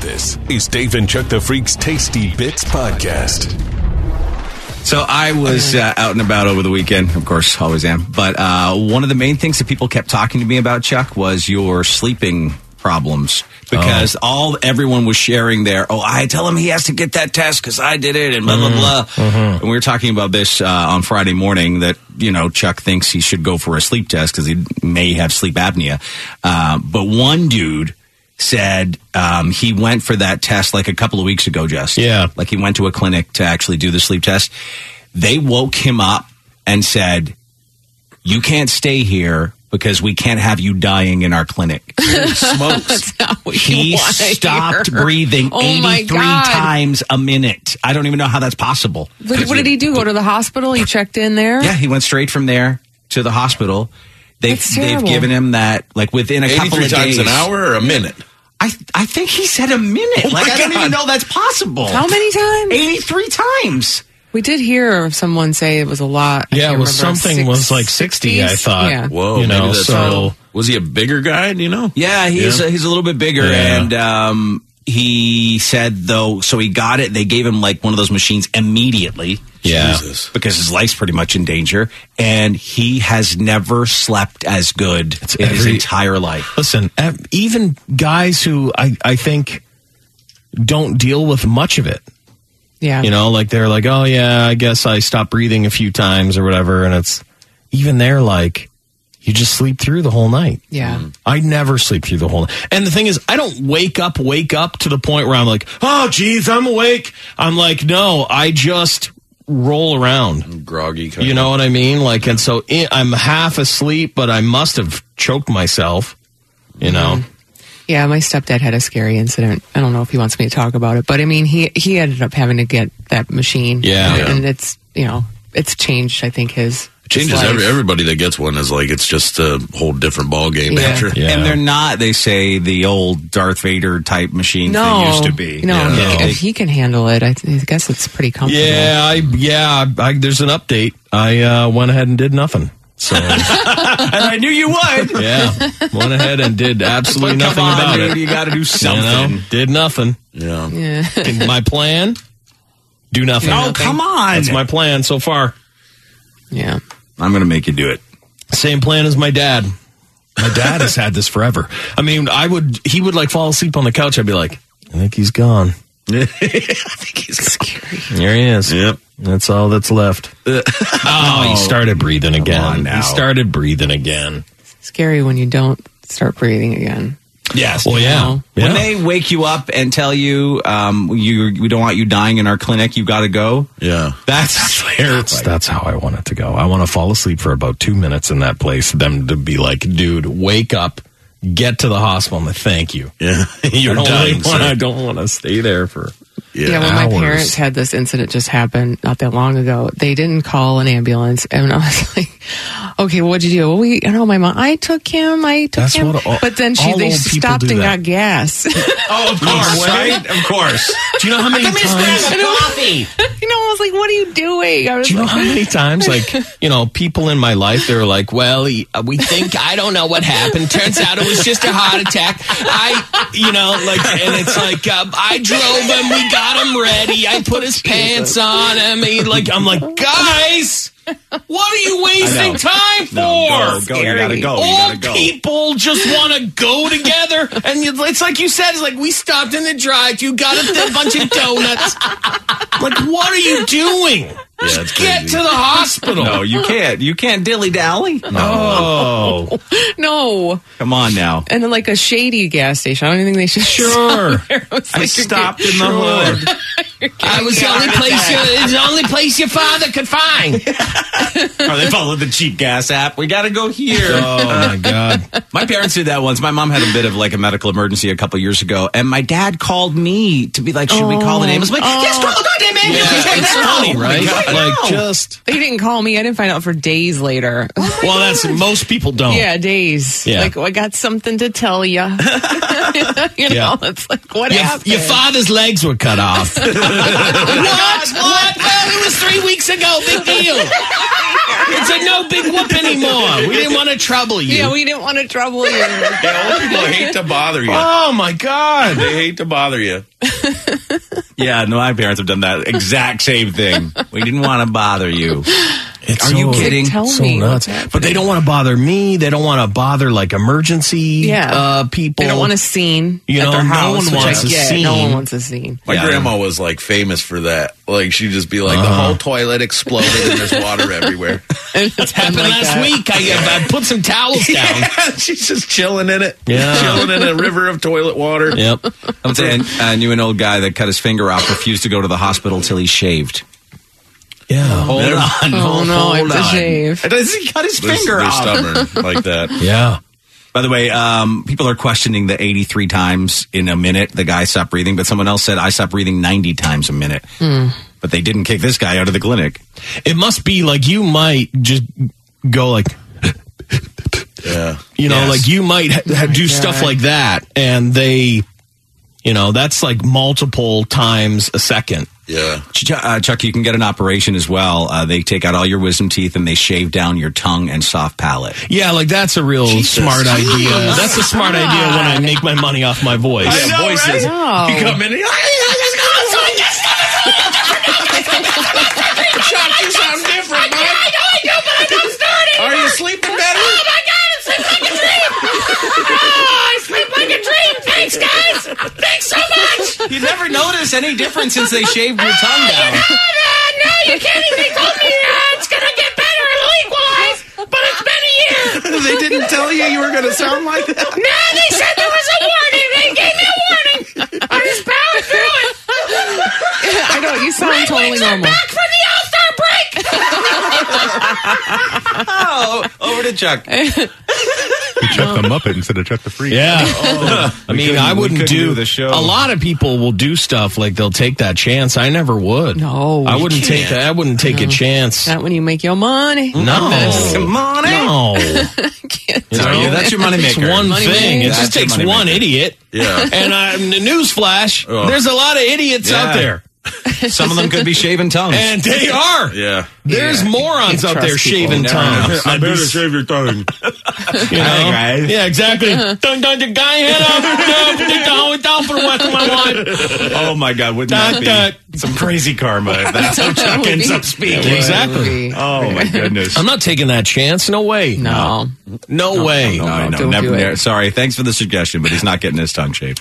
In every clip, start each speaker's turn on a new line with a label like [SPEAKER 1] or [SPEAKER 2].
[SPEAKER 1] This is Dave and Chuck the Freak's Tasty Bits Podcast.
[SPEAKER 2] So I was uh, out and about over the weekend. Of course, always am. But uh, one of the main things that people kept talking to me about, Chuck, was your sleeping problems because all everyone was sharing their oh i tell him he has to get that test because i did it and blah blah blah and we were talking about this uh, on friday morning that you know chuck thinks he should go for a sleep test because he may have sleep apnea uh, but one dude said um, he went for that test like a couple of weeks ago just
[SPEAKER 3] Yeah.
[SPEAKER 2] like he went to a clinic to actually do the sleep test. They woke him up and said, You can't stay here because we can't have you dying in our clinic. Smokes. he
[SPEAKER 4] wanna
[SPEAKER 2] stopped
[SPEAKER 4] hear.
[SPEAKER 2] breathing
[SPEAKER 4] Oh my
[SPEAKER 2] 83
[SPEAKER 4] God.
[SPEAKER 2] times a minute. I don't even know how that's possible.
[SPEAKER 4] What, what did he do? Go to the hospital? He checked in there?
[SPEAKER 2] Yeah, he went straight from there to the hospital. They,
[SPEAKER 4] That's
[SPEAKER 2] they've
[SPEAKER 4] terrible.
[SPEAKER 2] given him that, like within a couple
[SPEAKER 3] 83
[SPEAKER 2] of
[SPEAKER 3] times
[SPEAKER 2] days.
[SPEAKER 3] an hour or a minute?
[SPEAKER 2] I, I think he said a minute. like, I don't
[SPEAKER 3] God.
[SPEAKER 2] even know that's possible.
[SPEAKER 4] How many times?
[SPEAKER 2] 83 times.
[SPEAKER 4] We did hear someone say it was a lot. I
[SPEAKER 3] Yeah,
[SPEAKER 4] can't
[SPEAKER 3] it was
[SPEAKER 4] remember,
[SPEAKER 3] something
[SPEAKER 4] six-
[SPEAKER 3] was like 60, I
[SPEAKER 4] 60s?
[SPEAKER 3] thought.
[SPEAKER 4] Yeah.
[SPEAKER 3] Whoa, you know,
[SPEAKER 5] maybe that's
[SPEAKER 3] so
[SPEAKER 5] Was he a bigger guy? Do you know?
[SPEAKER 2] Yeah, he's
[SPEAKER 3] Yeah.
[SPEAKER 2] he's a little bit bigger,
[SPEAKER 3] Yeah.
[SPEAKER 2] and um, he said though, so he got it. They gave him like one of those machines immediately.
[SPEAKER 3] Yeah.
[SPEAKER 5] Jesus.
[SPEAKER 2] because his life's pretty much in danger, and he has never slept as good in his
[SPEAKER 3] every-
[SPEAKER 2] entire life.
[SPEAKER 3] listen, ev- even guys who I, I think don't deal with much of it,
[SPEAKER 4] Yeah.
[SPEAKER 3] you know, like they're like, oh, yeah, I guess I stopped breathing a few times or whatever. And it's even they're like, you just sleep through the whole night.
[SPEAKER 4] Yeah.
[SPEAKER 3] I never sleep through the whole night. And the thing is, I don't wake up, wake up to the point where I'm like, oh, geez, I'm awake. I'm like, no, I just roll around.
[SPEAKER 5] Groggy. Kind
[SPEAKER 3] You know what I mean? Like, and so i I'm half asleep, but I must have choked myself, you know?
[SPEAKER 2] Mm-hmm.
[SPEAKER 4] Yeah, my stepdad had a scary incident. I don't know if he wants me to talk about it, but I mean, he he ended up having to get that machine.
[SPEAKER 3] Yeah.
[SPEAKER 4] and, it's you know it's changed. I think his
[SPEAKER 5] It changes
[SPEAKER 4] his life.
[SPEAKER 5] every, everybody that gets one is like it's just a whole different ball game
[SPEAKER 4] Yeah.
[SPEAKER 5] after.
[SPEAKER 3] Yeah.
[SPEAKER 2] And they're not, they say, the old Darth Vader type machine
[SPEAKER 4] No,
[SPEAKER 2] they used to be.
[SPEAKER 4] No,
[SPEAKER 5] Yeah.
[SPEAKER 4] if-
[SPEAKER 2] No.
[SPEAKER 4] if he can handle it, I, th- I guess it's pretty comfortable.
[SPEAKER 3] Yeah, I, yeah, I, there's an update. I uh, went ahead and did nothing. So,
[SPEAKER 2] and I knew you would.
[SPEAKER 3] yeah, went ahead and did absolutely
[SPEAKER 2] But come
[SPEAKER 3] nothing
[SPEAKER 2] on,
[SPEAKER 3] about
[SPEAKER 2] dude,
[SPEAKER 3] it.
[SPEAKER 2] You got to do
[SPEAKER 3] You
[SPEAKER 2] something.
[SPEAKER 3] know, did nothing.
[SPEAKER 5] Yeah.
[SPEAKER 4] Yeah.
[SPEAKER 3] And my plan, do nothing.
[SPEAKER 2] Oh, come on.
[SPEAKER 3] That's my plan so far.
[SPEAKER 4] yeah.
[SPEAKER 2] I'm going to make you do it.
[SPEAKER 3] Same plan as my dad. My dad has had this forever. I mean, I would, he would like fall asleep on the couch. I'd be like, I think he's gone.
[SPEAKER 4] Scary.
[SPEAKER 3] There he is.
[SPEAKER 5] Yep.
[SPEAKER 3] That's all that's left. oh, he started breathing
[SPEAKER 2] on
[SPEAKER 3] again.
[SPEAKER 2] now.
[SPEAKER 3] He started breathing again.
[SPEAKER 4] Scary when you don't start breathing again.
[SPEAKER 2] Yes.
[SPEAKER 3] Well, yeah.
[SPEAKER 4] Wow.
[SPEAKER 3] yeah.
[SPEAKER 2] When they wake you up and tell you, um, you we don't want you dying in our clinic, you got to go.
[SPEAKER 5] Yeah.
[SPEAKER 2] That's
[SPEAKER 3] That's, that's how I want it to go. I want to fall asleep for about two minutes in that place. Them to be like, dude, wake up, get to the hospital. I'm like, thank you.
[SPEAKER 5] Yeah. You're
[SPEAKER 3] I don't
[SPEAKER 5] dying.
[SPEAKER 3] wanna- I
[SPEAKER 5] sir.
[SPEAKER 3] don't want to stay there for.
[SPEAKER 5] Yeah.
[SPEAKER 4] Yeah, when
[SPEAKER 3] hours.
[SPEAKER 4] my parents had this incident just happen not that long ago, they didn't call an ambulance, and I was like, "Okay, well, what'd you do?" Well, we, you know, my mom, I took him, I took
[SPEAKER 3] That's
[SPEAKER 4] him,
[SPEAKER 3] what all-
[SPEAKER 4] but then she
[SPEAKER 3] all
[SPEAKER 4] they
[SPEAKER 3] old people
[SPEAKER 4] stopped
[SPEAKER 3] do
[SPEAKER 4] and
[SPEAKER 3] that.
[SPEAKER 4] got gas.
[SPEAKER 2] Oh, of course, right? Of course.
[SPEAKER 3] Do you know how many times?
[SPEAKER 4] you know, I was like, "What are you doing?" I was
[SPEAKER 3] Do you know
[SPEAKER 4] like,
[SPEAKER 3] how many times, like, you know, people in my life, they're like, well, he- uh, we think, I don't know what happened. Turns out it was just a heart attack. I, you know, like, and it's like, uh, I drove him, we got him ready, I put his pants on him. He, like, I'm like, guys, what are you wasting time for?
[SPEAKER 2] No, go, go. You got to go. You got to
[SPEAKER 3] Old
[SPEAKER 2] go.
[SPEAKER 3] people just want to go together, and you- it's like you said, it's like we stopped in the drive. You got a th- bunch of donuts. like, what are you doing?
[SPEAKER 5] Yeah, it's
[SPEAKER 3] Get
[SPEAKER 5] crazy.
[SPEAKER 3] to the hospital.
[SPEAKER 2] No, you can't. You can't dilly dally.
[SPEAKER 3] Oh,
[SPEAKER 4] "No,"
[SPEAKER 2] Come on now.
[SPEAKER 4] and then like a shady gas station. I don't even think they should.
[SPEAKER 3] sure.
[SPEAKER 4] I was
[SPEAKER 2] I
[SPEAKER 4] like, "You're
[SPEAKER 2] stopped in the
[SPEAKER 3] Sure.
[SPEAKER 2] hood.
[SPEAKER 3] I was the only place. Your, it was the only place your father could find.
[SPEAKER 2] Oh, they followed the cheap gas app. We got to go here.
[SPEAKER 3] Oh my god.
[SPEAKER 2] My parents did that once. My mom had a bit of like a medical emergency a couple years ago, and my dad called me to be like, "Should we call an ambulance?" I'm like,
[SPEAKER 4] Oh.
[SPEAKER 2] yes, call the goddamn ambulance.
[SPEAKER 3] it's
[SPEAKER 2] now."
[SPEAKER 3] funny, right?
[SPEAKER 2] I know.
[SPEAKER 3] Like just.
[SPEAKER 4] They didn't call me. I didn't find out for days later.
[SPEAKER 3] Well, that's most people don't.
[SPEAKER 4] Yeah, days.
[SPEAKER 3] Oh. Yeah.
[SPEAKER 6] oh,
[SPEAKER 4] Like, I got something to tell you. you know,
[SPEAKER 3] Yeah.
[SPEAKER 4] it's like, what
[SPEAKER 3] Your,
[SPEAKER 4] happened?
[SPEAKER 3] your father's legs were cut off. what? What? Well, it was three weeks ago. Big deal. It's a no big whoop anymore. We didn't want to trouble you.
[SPEAKER 6] Yeah, we didn't want to trouble you.
[SPEAKER 1] Yeah, old people hate to bother you.
[SPEAKER 3] oh my god.
[SPEAKER 1] They hate to bother you.
[SPEAKER 2] Yeah, no, my parents have done that exact same thing. We didn't want to bother you.
[SPEAKER 3] It's
[SPEAKER 2] Are you kidding?
[SPEAKER 6] Tell
[SPEAKER 3] so
[SPEAKER 6] me
[SPEAKER 3] nuts.
[SPEAKER 6] what's happening.
[SPEAKER 3] But they don't want to bother me. They don't want to bother like emergency
[SPEAKER 6] Yeah.
[SPEAKER 3] uh, people.
[SPEAKER 6] They don't want a scene
[SPEAKER 3] You
[SPEAKER 6] at
[SPEAKER 3] know,
[SPEAKER 6] their
[SPEAKER 3] no
[SPEAKER 6] house.
[SPEAKER 3] one
[SPEAKER 6] which I
[SPEAKER 3] wants a
[SPEAKER 6] get. No
[SPEAKER 3] scene.
[SPEAKER 6] one wants a scene.
[SPEAKER 1] My
[SPEAKER 2] Yeah.
[SPEAKER 1] grandma was like famous for that. Like she'd just be like,
[SPEAKER 5] Uh-huh.
[SPEAKER 1] the whole toilet exploded and there's water everywhere.
[SPEAKER 6] it's
[SPEAKER 3] Happened last week. I, I put some towels down.
[SPEAKER 1] She's just chilling in it.
[SPEAKER 3] Yeah.
[SPEAKER 1] Chilling in a river of toilet water.
[SPEAKER 3] Yep.
[SPEAKER 2] I'm saying, I knew an old guy that cut his finger off, refused to go to the hospital till he shaved.
[SPEAKER 3] Yeah.
[SPEAKER 2] Hold on.
[SPEAKER 6] Oh no, I have to shave.
[SPEAKER 2] He cut his
[SPEAKER 1] They're,
[SPEAKER 2] finger
[SPEAKER 1] they're
[SPEAKER 2] off.
[SPEAKER 1] stubborn like that.
[SPEAKER 3] Yeah.
[SPEAKER 2] By the way, um, people are questioning the 83 times in a minute the guy stopped breathing, but someone else said I stopped breathing 90 times a minute. But they didn't kick this guy out of the clinic.
[SPEAKER 3] It must be like you might just go like
[SPEAKER 1] Yeah.
[SPEAKER 3] you know
[SPEAKER 2] Yes.
[SPEAKER 3] like you might ha- ha- do stuff like that, and they, you know, that's like multiple times a second.
[SPEAKER 1] Yeah.
[SPEAKER 2] Ch- uh, Chuck, you can get an operation as well. Uh, they take out all your wisdom teeth and they shave down your tongue and soft palate.
[SPEAKER 3] Yeah, like that's a real smart idea. That's a smart idea when I make my money off my voice.
[SPEAKER 1] I know, voices.
[SPEAKER 6] right? No.
[SPEAKER 1] You come in. And, Chuck, you sound different, bud. I know, I know, but I'm not starting. Are you sleeping better?
[SPEAKER 2] You never notice any difference since they shaved your tongue down.
[SPEAKER 7] "Ah,
[SPEAKER 1] they didn't tell you you were going to sound like that.
[SPEAKER 6] I don't. You sound totally normal.
[SPEAKER 2] Oh, over to Chuck.
[SPEAKER 7] Chuck the Muppet instead of Chuck the Freak.
[SPEAKER 3] Yeah. I mean,
[SPEAKER 2] couldn't-
[SPEAKER 3] I
[SPEAKER 2] Oh, we
[SPEAKER 3] wouldn't
[SPEAKER 2] couldn't
[SPEAKER 3] do,
[SPEAKER 2] do the show.
[SPEAKER 3] A lot of people will do stuff like they'll take that chance. I never would.
[SPEAKER 6] No,
[SPEAKER 3] I
[SPEAKER 6] you
[SPEAKER 3] wouldn't take that. I wouldn't take a chance.
[SPEAKER 6] Not when you make your money.
[SPEAKER 3] No.
[SPEAKER 2] Money.
[SPEAKER 3] No.
[SPEAKER 2] No, yeah, that's your moneymaker.
[SPEAKER 3] It's one
[SPEAKER 6] Money
[SPEAKER 3] thing.
[SPEAKER 6] maker.
[SPEAKER 3] It just
[SPEAKER 2] That's your
[SPEAKER 3] takes
[SPEAKER 2] money
[SPEAKER 3] one
[SPEAKER 2] maker.
[SPEAKER 3] idiot.
[SPEAKER 1] Yeah.
[SPEAKER 3] And I, newsflash,
[SPEAKER 1] Oh.
[SPEAKER 3] there's a lot of idiots
[SPEAKER 2] Yeah.
[SPEAKER 3] out there.
[SPEAKER 2] Some of them could be shaven tongues.
[SPEAKER 3] And they are.
[SPEAKER 1] Yeah.
[SPEAKER 3] There's morons
[SPEAKER 6] You
[SPEAKER 3] out
[SPEAKER 6] trust
[SPEAKER 3] there
[SPEAKER 6] people.
[SPEAKER 3] shaving
[SPEAKER 2] Never know.
[SPEAKER 3] tongues. I'd be
[SPEAKER 1] shave your tongue.
[SPEAKER 3] You know?
[SPEAKER 2] Hi, guys.
[SPEAKER 3] Yeah, exactly.
[SPEAKER 2] Uh-huh.
[SPEAKER 3] Dun dun the guy head up. Dun, dun, dun, down for the rest of my life. uh,
[SPEAKER 2] oh my God, wouldn't
[SPEAKER 3] Dun, dun.
[SPEAKER 2] some crazy karma if that's how
[SPEAKER 6] That would be- that would
[SPEAKER 3] Exactly.
[SPEAKER 6] be-
[SPEAKER 2] Oh my goodness.
[SPEAKER 3] I'm not taking that chance. No way.
[SPEAKER 6] No.
[SPEAKER 3] No, way.
[SPEAKER 2] No, I know.
[SPEAKER 6] don't
[SPEAKER 2] never,
[SPEAKER 6] do it.
[SPEAKER 2] never- sorry, thanks for the suggestion, but he's not getting his tongue shaved.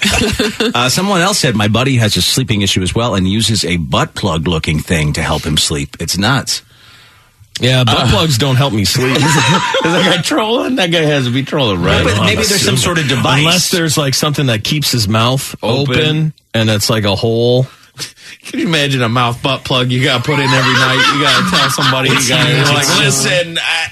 [SPEAKER 2] uh, someone else said my buddy has a sleeping issue as well and uses a butt plug looking thing to help him sleep. It's nuts.
[SPEAKER 3] Yeah,
[SPEAKER 2] Uh-huh.
[SPEAKER 3] butt plugs don't help me sleep.
[SPEAKER 1] that guy trolling? That guy has to be trolling, right?
[SPEAKER 2] But maybe there's some sort of device.
[SPEAKER 3] Unless there's like something that keeps his mouth open,
[SPEAKER 1] Open.
[SPEAKER 3] and it's like a hole.
[SPEAKER 1] Can you imagine a mouth butt plug you got to put in every night? You got to tell somebody. You got to like, listen, I,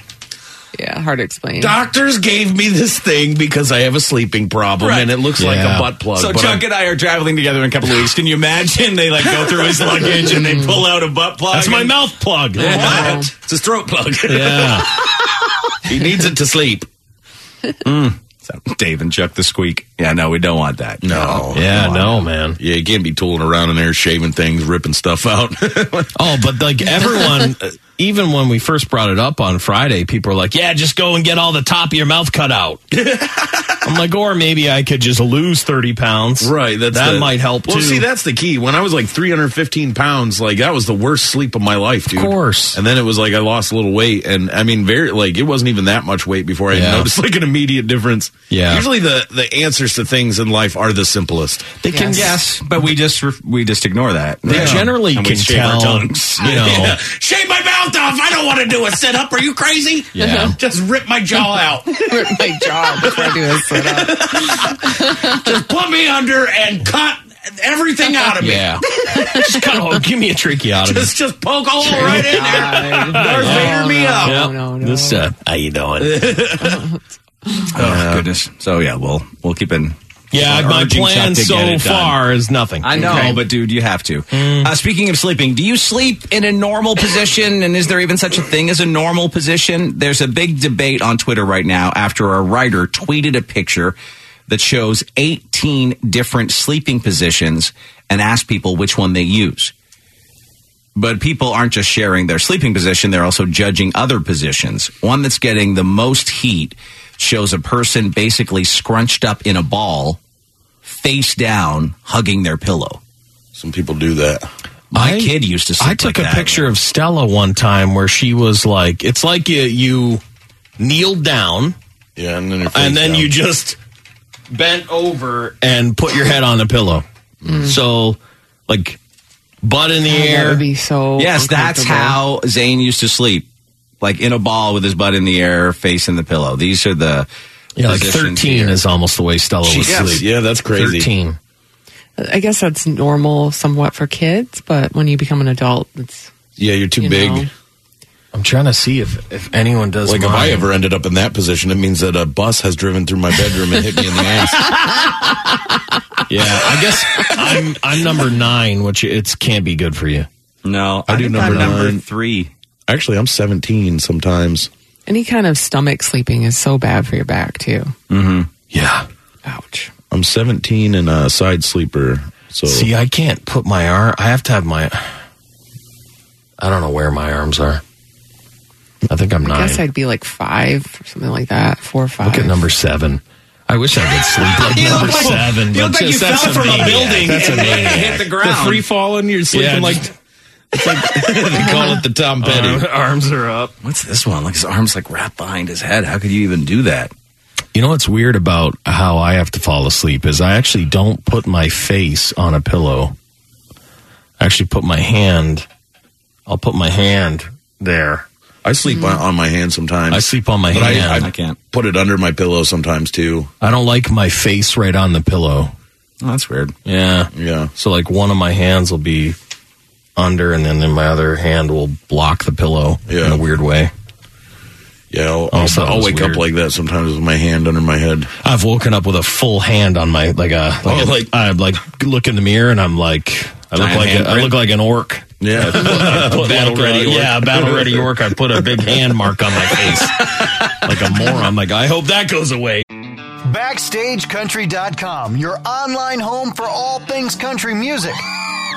[SPEAKER 6] Yeah, hard to explain.
[SPEAKER 1] doctors gave me this thing because I have a sleeping problem,
[SPEAKER 2] Right.
[SPEAKER 1] and it looks like
[SPEAKER 3] Yeah.
[SPEAKER 1] a butt plug.
[SPEAKER 2] So
[SPEAKER 1] but
[SPEAKER 2] Chuck
[SPEAKER 1] I'm-
[SPEAKER 2] and I are traveling together in a couple of weeks. Can you imagine? They like go through his luggage and they pull out a butt plug.
[SPEAKER 3] That's my
[SPEAKER 2] and-
[SPEAKER 3] mouth plug.
[SPEAKER 1] What? It's his throat plug.
[SPEAKER 3] Yeah.
[SPEAKER 1] he needs it to sleep.
[SPEAKER 2] So, Dave and Chuck the squeak. Yeah, no, we don't want that.
[SPEAKER 1] No.
[SPEAKER 3] Yeah, no, man.
[SPEAKER 1] Yeah, you can't be tooling around in there, shaving things, ripping stuff out.
[SPEAKER 3] Oh, but like everyone, even when we first brought it up on Friday, people were like, yeah, just go and get all the top of your mouth cut out. I'm like, or maybe I could just lose 30 pounds. that
[SPEAKER 1] the-
[SPEAKER 3] might help
[SPEAKER 1] Well,
[SPEAKER 3] too.
[SPEAKER 1] see, that's the key. When I was like 315 pounds, like that was the worst sleep of my life, dude.
[SPEAKER 3] course.
[SPEAKER 1] And then it was like I lost a little weight, and I mean, very like it wasn't even that much weight before I
[SPEAKER 3] Yeah.
[SPEAKER 1] noticed like an immediate difference.
[SPEAKER 3] Yeah.
[SPEAKER 1] Usually the the answers to things in life are the simplest.
[SPEAKER 3] They can
[SPEAKER 2] Yes, but we just ref- we just ignore that.
[SPEAKER 3] They
[SPEAKER 2] Yeah.
[SPEAKER 3] generally
[SPEAKER 2] And we
[SPEAKER 3] can
[SPEAKER 2] shave
[SPEAKER 3] tell.
[SPEAKER 2] our tongues.
[SPEAKER 3] You know,
[SPEAKER 1] Yeah. Shave my mouth off. I don't want to do a sit up. Are you crazy? Uh-huh.
[SPEAKER 3] Yeah.
[SPEAKER 1] Just rip my jaw out.
[SPEAKER 6] Quit my job before I do oh, a sit up.
[SPEAKER 1] Put me under and cut everything out of me.
[SPEAKER 3] yeah. just cut a hole. Give me a tracheotomy.
[SPEAKER 1] Just just poke a hole right in there.
[SPEAKER 6] Darth
[SPEAKER 1] Vader me up.
[SPEAKER 6] No,
[SPEAKER 3] Yep.
[SPEAKER 6] no, no.
[SPEAKER 3] This, uh, how you doing?
[SPEAKER 2] Oh, goodness. So yeah, we'll we'll keep in.
[SPEAKER 3] Yeah, my
[SPEAKER 2] urging
[SPEAKER 3] plan
[SPEAKER 2] Chuck to get
[SPEAKER 3] so
[SPEAKER 2] it done.
[SPEAKER 3] far is nothing.
[SPEAKER 2] I know, but dude, you have to. Uh, speaking of sleeping, do you sleep in a normal position? And is there even such a thing as a normal position? There's a big debate on Twitter right now after a writer tweeted a picture that shows 18 different sleeping positions and asked people which one they use. But people aren't just sharing their sleeping position, they're also judging other positions. One that's getting the most heat shows a person basically scrunched up in a ball, face down, hugging their pillow.
[SPEAKER 5] Some people do that.
[SPEAKER 2] My
[SPEAKER 3] I-
[SPEAKER 2] kid used to sleep
[SPEAKER 3] I took
[SPEAKER 2] like
[SPEAKER 3] a
[SPEAKER 2] that.
[SPEAKER 3] picture of Stella one time where she was like, it's like you, you kneeled down
[SPEAKER 5] Yeah, and then your face
[SPEAKER 3] and then
[SPEAKER 5] down.
[SPEAKER 3] you just bent over and put your head on the pillow. So, like, butt in the
[SPEAKER 4] That
[SPEAKER 3] air.
[SPEAKER 4] would be so.
[SPEAKER 2] Yes, that's
[SPEAKER 4] uncomfortable.
[SPEAKER 2] how Zane used to sleep, like in a ball with his butt in the air, facing the pillow. These are the
[SPEAKER 3] yeah, like
[SPEAKER 2] positions
[SPEAKER 3] 13
[SPEAKER 2] here.
[SPEAKER 3] is almost the way Stella would
[SPEAKER 5] Jeez.
[SPEAKER 3] sleep.
[SPEAKER 5] Yeah, that's crazy.
[SPEAKER 3] 13.
[SPEAKER 4] I guess that's normal somewhat for kids, but when you become an adult, it's
[SPEAKER 5] Yeah, you're too
[SPEAKER 4] you
[SPEAKER 5] big.
[SPEAKER 4] know.
[SPEAKER 3] I'm trying to see if, if anyone does
[SPEAKER 5] Like if
[SPEAKER 3] mine.
[SPEAKER 5] I ever ended up in that position, it means that a bus has driven through my bedroom and hit me in the ass.
[SPEAKER 3] Yeah, I guess I'm I'm number nine, which it's can't be good for you.
[SPEAKER 2] No,
[SPEAKER 5] I do
[SPEAKER 2] think
[SPEAKER 5] number
[SPEAKER 2] I'm number
[SPEAKER 5] nine.
[SPEAKER 2] three.
[SPEAKER 5] Actually, I'm 17 sometimes.
[SPEAKER 4] Any kind of stomach sleeping is so bad for your back too.
[SPEAKER 3] Yeah.
[SPEAKER 4] Ouch.
[SPEAKER 5] I'm 17 and a side sleeper. So
[SPEAKER 3] See, I can't put my arm. I have to have my. I don't know where my arms are. I think I'm
[SPEAKER 4] I
[SPEAKER 3] nine.
[SPEAKER 4] guess I'd be like five or something like that. Four or five.
[SPEAKER 3] Look at number seven. I wish I could sleep like number seven. but just- that's maniac. That's a maniac.
[SPEAKER 2] the ground.
[SPEAKER 1] free fall and you're sleeping
[SPEAKER 3] Yeah,
[SPEAKER 1] like,
[SPEAKER 3] just-
[SPEAKER 1] they call it the Tom Petty.
[SPEAKER 3] arms are up.
[SPEAKER 2] What's this one? Like his arms like wrapped behind his head. How could you even do that?
[SPEAKER 3] You know what's weird about how I have to fall asleep is I actually don't put my face on a pillow. I actually put my hand. I'll put my hand there.
[SPEAKER 5] I sleep on, on my hand sometimes.
[SPEAKER 3] I sleep on my
[SPEAKER 5] But I-
[SPEAKER 3] hand.
[SPEAKER 2] I can't.
[SPEAKER 5] Put it under my pillow sometimes too.
[SPEAKER 3] I don't like my face right on the pillow.
[SPEAKER 2] Oh, that's weird.
[SPEAKER 3] Yeah.
[SPEAKER 5] Yeah.
[SPEAKER 3] So like one of my hands will be under, and then, then my other hand will block the pillow
[SPEAKER 5] Yeah.
[SPEAKER 3] in a weird way.
[SPEAKER 5] Yeah, I'll,
[SPEAKER 3] Oh,
[SPEAKER 5] I'll-
[SPEAKER 3] so that
[SPEAKER 5] I'll
[SPEAKER 3] was
[SPEAKER 5] wake
[SPEAKER 3] weird.
[SPEAKER 5] up like that sometimes with my hand under my head.
[SPEAKER 3] I've woken up with a full hand on my like a like, a-
[SPEAKER 5] like-
[SPEAKER 3] I like look in the mirror and I'm like I look
[SPEAKER 2] Giant
[SPEAKER 3] like a, I
[SPEAKER 2] handprint?
[SPEAKER 3] look like an orc.
[SPEAKER 5] Yeah.
[SPEAKER 3] I put
[SPEAKER 5] Battle
[SPEAKER 3] like a-
[SPEAKER 5] ready orc.
[SPEAKER 3] yeah, a battle ready orc. I put a big hand mark on my face, like a moron. Like I hope that goes away.
[SPEAKER 8] BackstageCountry.com, your online home for all things country music.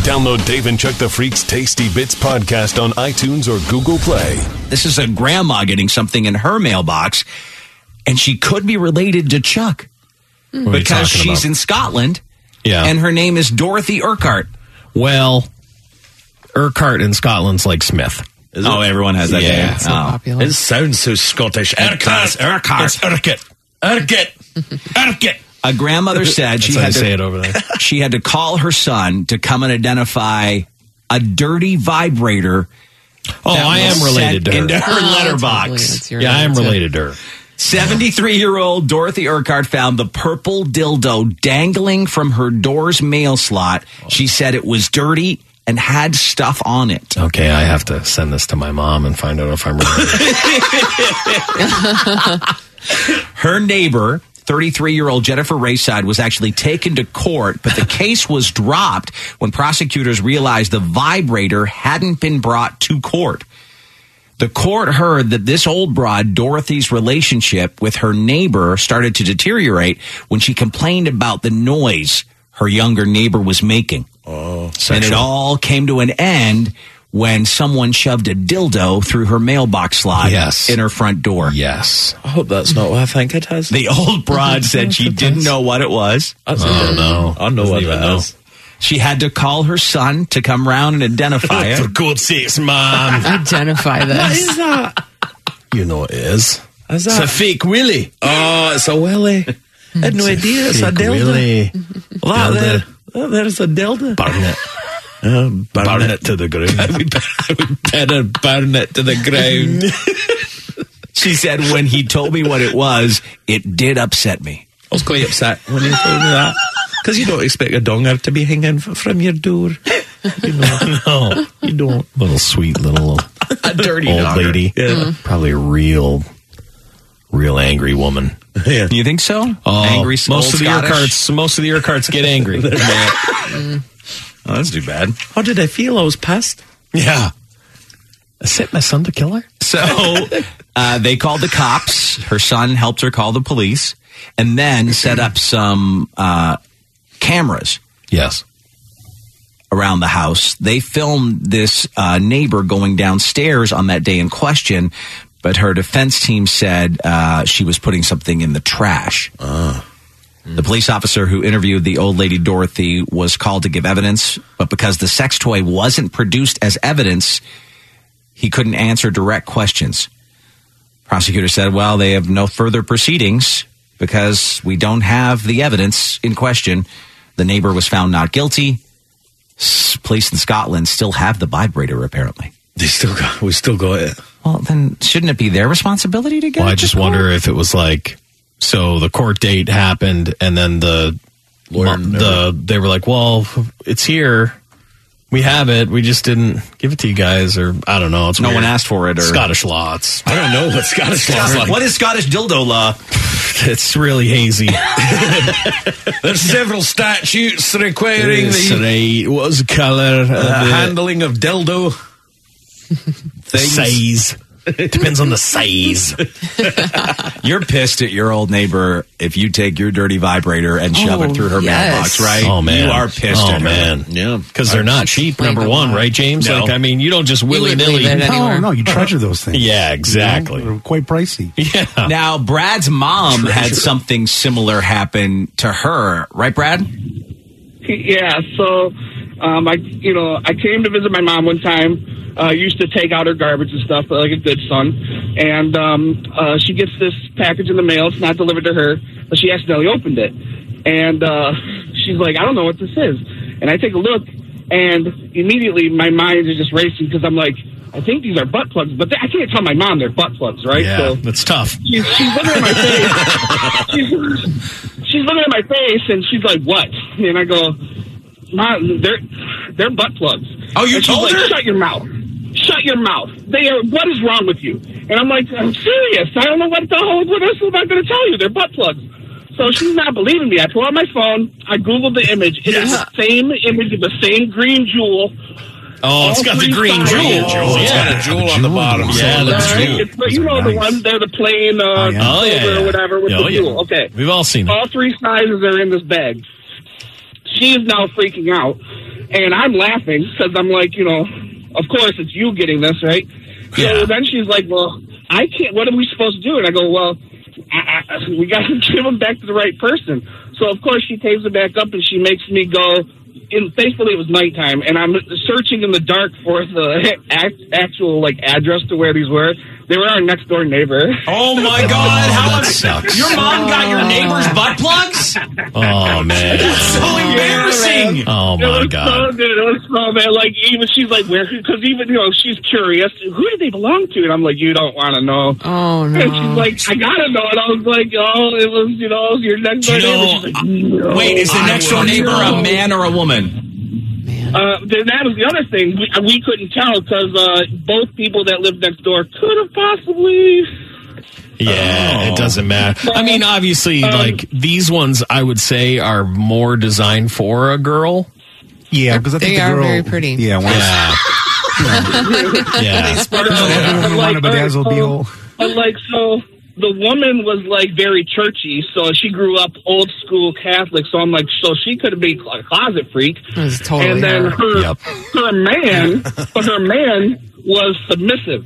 [SPEAKER 9] Download Dave and Chuck the Freak's Tasty Bits podcast on iTunes or Google Play.
[SPEAKER 2] This is a grandma getting something in her mailbox, and she could be related to Chuck
[SPEAKER 3] What are you
[SPEAKER 2] because
[SPEAKER 3] talking
[SPEAKER 2] she's
[SPEAKER 3] about? Oh.
[SPEAKER 2] in Scotland.
[SPEAKER 3] Yeah.
[SPEAKER 2] and her name is Dorothy Urquhart.
[SPEAKER 3] well, Urquhart in Scotland's like Smith.
[SPEAKER 2] Oh, everyone has that
[SPEAKER 3] Yeah.
[SPEAKER 2] name.
[SPEAKER 4] so
[SPEAKER 2] Oh.
[SPEAKER 4] popular.
[SPEAKER 1] sounds so Scottish.
[SPEAKER 2] Urquhart. Urquhart.
[SPEAKER 1] It's Urquhart. Urquhart. Urquhart.
[SPEAKER 2] A grandmother said she
[SPEAKER 3] That's how you
[SPEAKER 2] had to
[SPEAKER 3] say it over there.
[SPEAKER 2] she had to call her son to come and identify a dirty vibrator.
[SPEAKER 3] Oh,
[SPEAKER 2] that
[SPEAKER 3] I
[SPEAKER 2] was
[SPEAKER 3] am
[SPEAKER 2] sent
[SPEAKER 3] related to her.
[SPEAKER 2] Into her
[SPEAKER 4] Oh, totally.
[SPEAKER 2] letterbox.
[SPEAKER 4] That's your
[SPEAKER 3] yeah, I am
[SPEAKER 4] relative.
[SPEAKER 3] related to her.
[SPEAKER 2] 73 year old Dorothy Urquhart found the purple dildo dangling from her door's mail slot. She said it was dirty and had stuff on it.
[SPEAKER 3] Okay, I have to send this to my mom and find out if I'm related.
[SPEAKER 2] Her neighbor, 33 year old Jennifer Rayside, was actually taken to court, but the case was dropped when prosecutors realized the vibrator hadn't been brought to court. The court heard that this old broad, Dorothy's relationship with her neighbor started to deteriorate when she complained about the noise her younger neighbor was making. Oh, and it all came to an end when someone shoved a dildo through her mailbox slot
[SPEAKER 3] Yes.
[SPEAKER 2] in her front door.
[SPEAKER 3] yes.
[SPEAKER 1] I hope that's not what I think it is.
[SPEAKER 2] The old broad said she didn't know what it was.
[SPEAKER 3] Oh no.
[SPEAKER 1] I know what that is.
[SPEAKER 2] She had to call her son to come round and identify it.
[SPEAKER 3] Oh, God's sakes, mom.
[SPEAKER 4] Identify this.
[SPEAKER 1] that?
[SPEAKER 3] you know it is.
[SPEAKER 1] Is that? It's a fake willy. Oh, it's a willy. I had no idea. It's a
[SPEAKER 3] Fake
[SPEAKER 1] delta.
[SPEAKER 3] Willy.
[SPEAKER 1] That there, that there's a
[SPEAKER 3] Burn
[SPEAKER 1] delta.
[SPEAKER 3] it.
[SPEAKER 1] burn,
[SPEAKER 3] Burn it to the ground.
[SPEAKER 1] I would better burn it to the ground.
[SPEAKER 2] She said when he told me what it was, it did upset me.
[SPEAKER 1] I was quite upset when he told me that. Because you don't expect a donger to be hanging f- from your door. You know,
[SPEAKER 3] no.
[SPEAKER 1] you don't.
[SPEAKER 3] Little sweet little
[SPEAKER 2] A dirty
[SPEAKER 3] old
[SPEAKER 2] dogger. Mm.
[SPEAKER 3] lady.
[SPEAKER 1] Yeah.
[SPEAKER 3] Probably a real real angry woman.
[SPEAKER 1] yeah.
[SPEAKER 2] You think so?
[SPEAKER 3] Oh,
[SPEAKER 2] Angry soul,
[SPEAKER 3] most of the
[SPEAKER 2] Scottish?
[SPEAKER 3] Urquharts, most of the Urquharts get angry.
[SPEAKER 2] Oh, that's too bad.
[SPEAKER 3] How did I feel? I was pissed. Yeah. I sent my son to kill her.
[SPEAKER 2] So uh, they called the cops. Her son helped her call the police, and then set up some uh, cameras
[SPEAKER 3] Yes.
[SPEAKER 2] around the house. They filmed this uh, neighbor going downstairs on that day in question, but her defense team said uh, she was putting something in the trash. The police officer who interviewed the old lady Dorothy was called to give evidence, but because the sex toy wasn't produced as evidence, he couldn't answer direct questions. Prosecutor said, "Well, they have no further proceedings because we don't have the evidence in question." The neighbor was found not guilty. S- Police in Scotland still have the vibrator, apparently.
[SPEAKER 1] They still got, we still got it.
[SPEAKER 2] Well, then shouldn't it be their responsibility to get?
[SPEAKER 3] Well,
[SPEAKER 2] it
[SPEAKER 3] I
[SPEAKER 2] to
[SPEAKER 3] just
[SPEAKER 2] court?
[SPEAKER 3] wonder if it was like so the court date happened and then the mo-
[SPEAKER 1] Lawyer never-
[SPEAKER 3] the they were like, "Well, it's here. We have it. We just didn't give it to you guys or I don't know. It's
[SPEAKER 2] No
[SPEAKER 3] weird.
[SPEAKER 2] one asked for it, or
[SPEAKER 3] Scottish law. It's,
[SPEAKER 1] I don't know what Scottish law is like.
[SPEAKER 2] What is Scottish dildo law?
[SPEAKER 3] it's really hazy.
[SPEAKER 1] There's several statutes requiring
[SPEAKER 3] it's right. What was the color of
[SPEAKER 1] uh,
[SPEAKER 3] the
[SPEAKER 1] handling of dildo. things.
[SPEAKER 3] size? Depends on the size.
[SPEAKER 2] You're pissed at your old neighbor if you take your dirty vibrator and shove
[SPEAKER 4] Oh,
[SPEAKER 2] it through her
[SPEAKER 4] yes.
[SPEAKER 2] mailbox, right?
[SPEAKER 3] Oh man,
[SPEAKER 2] you are pissed.
[SPEAKER 3] Oh
[SPEAKER 2] at her.
[SPEAKER 3] man,
[SPEAKER 1] Yeah.
[SPEAKER 3] because they're not cheap.
[SPEAKER 4] Way
[SPEAKER 3] Number
[SPEAKER 4] to go
[SPEAKER 3] one,
[SPEAKER 4] on.
[SPEAKER 3] right, James?
[SPEAKER 2] No.
[SPEAKER 3] Like I mean, you don't just
[SPEAKER 4] You
[SPEAKER 3] willy
[SPEAKER 4] wouldn't leave it
[SPEAKER 3] nilly.
[SPEAKER 7] No,
[SPEAKER 4] anywhere.
[SPEAKER 7] no, you treasure those things. you
[SPEAKER 3] Yeah,
[SPEAKER 7] know?
[SPEAKER 3] exactly.
[SPEAKER 7] They're quite pricey.
[SPEAKER 3] Yeah.
[SPEAKER 2] Now, Brad's mom had something similar happen to her, right, Brad?
[SPEAKER 10] yeah, so um, I, you know, I came to visit my mom one time. Uh, used to take out her garbage and stuff, like a good son. And um, uh, she gets this package in the mail. It's not delivered to her, but she accidentally opened it. And uh, she's like, I don't know what this is. And I take a look, and immediately my mind is just racing because I'm like, I think these are butt plugs, but they, I can't tell my mom they're butt plugs, right?
[SPEAKER 3] Yeah, that's tough.
[SPEAKER 10] she's, she's looking at my face. She's, she's looking at my face, and she's like, "What?" And I go, "Mom, they're they're butt plugs."
[SPEAKER 2] Oh, you
[SPEAKER 10] and she's
[SPEAKER 2] told
[SPEAKER 10] like,
[SPEAKER 2] her?
[SPEAKER 10] Shut your mouth. Shut your mouth. They are. What is wrong with you? And I'm like, I'm serious. I don't know what the hell. What else am I going to tell you? They're butt plugs. So she's not believing me. I pull out my phone. I googled the image. It is the same image of the same green jewel.
[SPEAKER 3] Oh, it's
[SPEAKER 10] All
[SPEAKER 3] got the
[SPEAKER 10] three
[SPEAKER 3] green
[SPEAKER 10] sides.
[SPEAKER 3] jewel.
[SPEAKER 10] Oh,
[SPEAKER 1] It's
[SPEAKER 3] yeah.
[SPEAKER 1] got a jewel on the bottom.
[SPEAKER 3] Yeah, the
[SPEAKER 10] All right?
[SPEAKER 3] jewel.
[SPEAKER 10] It's, but
[SPEAKER 7] Those
[SPEAKER 10] you
[SPEAKER 7] are
[SPEAKER 10] know the
[SPEAKER 7] nice.
[SPEAKER 10] one. They're the plain uh,
[SPEAKER 7] Oh, yeah.
[SPEAKER 3] Oh
[SPEAKER 10] silver
[SPEAKER 3] yeah, yeah.
[SPEAKER 10] or whatever with
[SPEAKER 3] Yeah,
[SPEAKER 10] the
[SPEAKER 3] oh, yeah.
[SPEAKER 10] jewel. Okay. Oh,
[SPEAKER 3] We've all seen it.
[SPEAKER 10] all three sizes are in this bag. She's now freaking out, and I'm laughing because I'm like, you know, of course it's you getting this, right?
[SPEAKER 3] Yeah.
[SPEAKER 10] So then she's like, well, I can't. What are we supposed to do? And I go, well, I, I, we got to give them back to the right person. So of course she takes it back up and she makes me go. And thankfully it was nighttime, and I'm searching in the dark for the act, actual like address to where these were. They were our next door neighbor.
[SPEAKER 2] Oh my God!
[SPEAKER 3] Oh,
[SPEAKER 2] How
[SPEAKER 3] that
[SPEAKER 2] much?
[SPEAKER 3] sucks.
[SPEAKER 2] Your mom got your neighbor's butt plugs?
[SPEAKER 3] Oh man.
[SPEAKER 2] So embarrassing!
[SPEAKER 3] Oh
[SPEAKER 10] It
[SPEAKER 3] my
[SPEAKER 10] was
[SPEAKER 3] god.
[SPEAKER 10] so good. It was so bad. Like even she's like, where? Because even you know she's curious. Who do they belong to? And I'm like, you don't want to know.
[SPEAKER 4] Oh no!
[SPEAKER 10] And
[SPEAKER 2] Uh-huh.
[SPEAKER 10] she's like, I gotta know. And I was like, oh, it was you know your next door
[SPEAKER 2] You know, uh,
[SPEAKER 10] neighbor. She's like, no.
[SPEAKER 2] Wait, is the
[SPEAKER 10] I
[SPEAKER 2] next door
[SPEAKER 10] wouldn't
[SPEAKER 2] neighbor a
[SPEAKER 10] know.
[SPEAKER 2] man or a woman?
[SPEAKER 10] Uh, then that was the other thing. We, we couldn't tell because uh, both people that lived next door could have possibly.
[SPEAKER 3] Yeah, it doesn't matter. I
[SPEAKER 10] Um,
[SPEAKER 3] mean, obviously, like these ones, I would say are more designed for a girl.
[SPEAKER 7] Yeah, because I
[SPEAKER 4] They
[SPEAKER 7] think the
[SPEAKER 4] are
[SPEAKER 7] girl-
[SPEAKER 4] very pretty.
[SPEAKER 7] Yeah, one
[SPEAKER 3] Yeah. yeah.
[SPEAKER 10] But, uh,
[SPEAKER 7] yeah.
[SPEAKER 10] I'm
[SPEAKER 7] want to
[SPEAKER 10] like, all
[SPEAKER 7] bedazzle
[SPEAKER 10] right,
[SPEAKER 7] the
[SPEAKER 10] so-
[SPEAKER 7] old.
[SPEAKER 10] But like, so the woman was like very churchy, so she grew up old school Catholic. So I'm like, so she could have been a closet freak.
[SPEAKER 4] It was totally
[SPEAKER 10] and then
[SPEAKER 4] her.
[SPEAKER 10] her
[SPEAKER 3] Yep.
[SPEAKER 10] her man, but her man was submissive.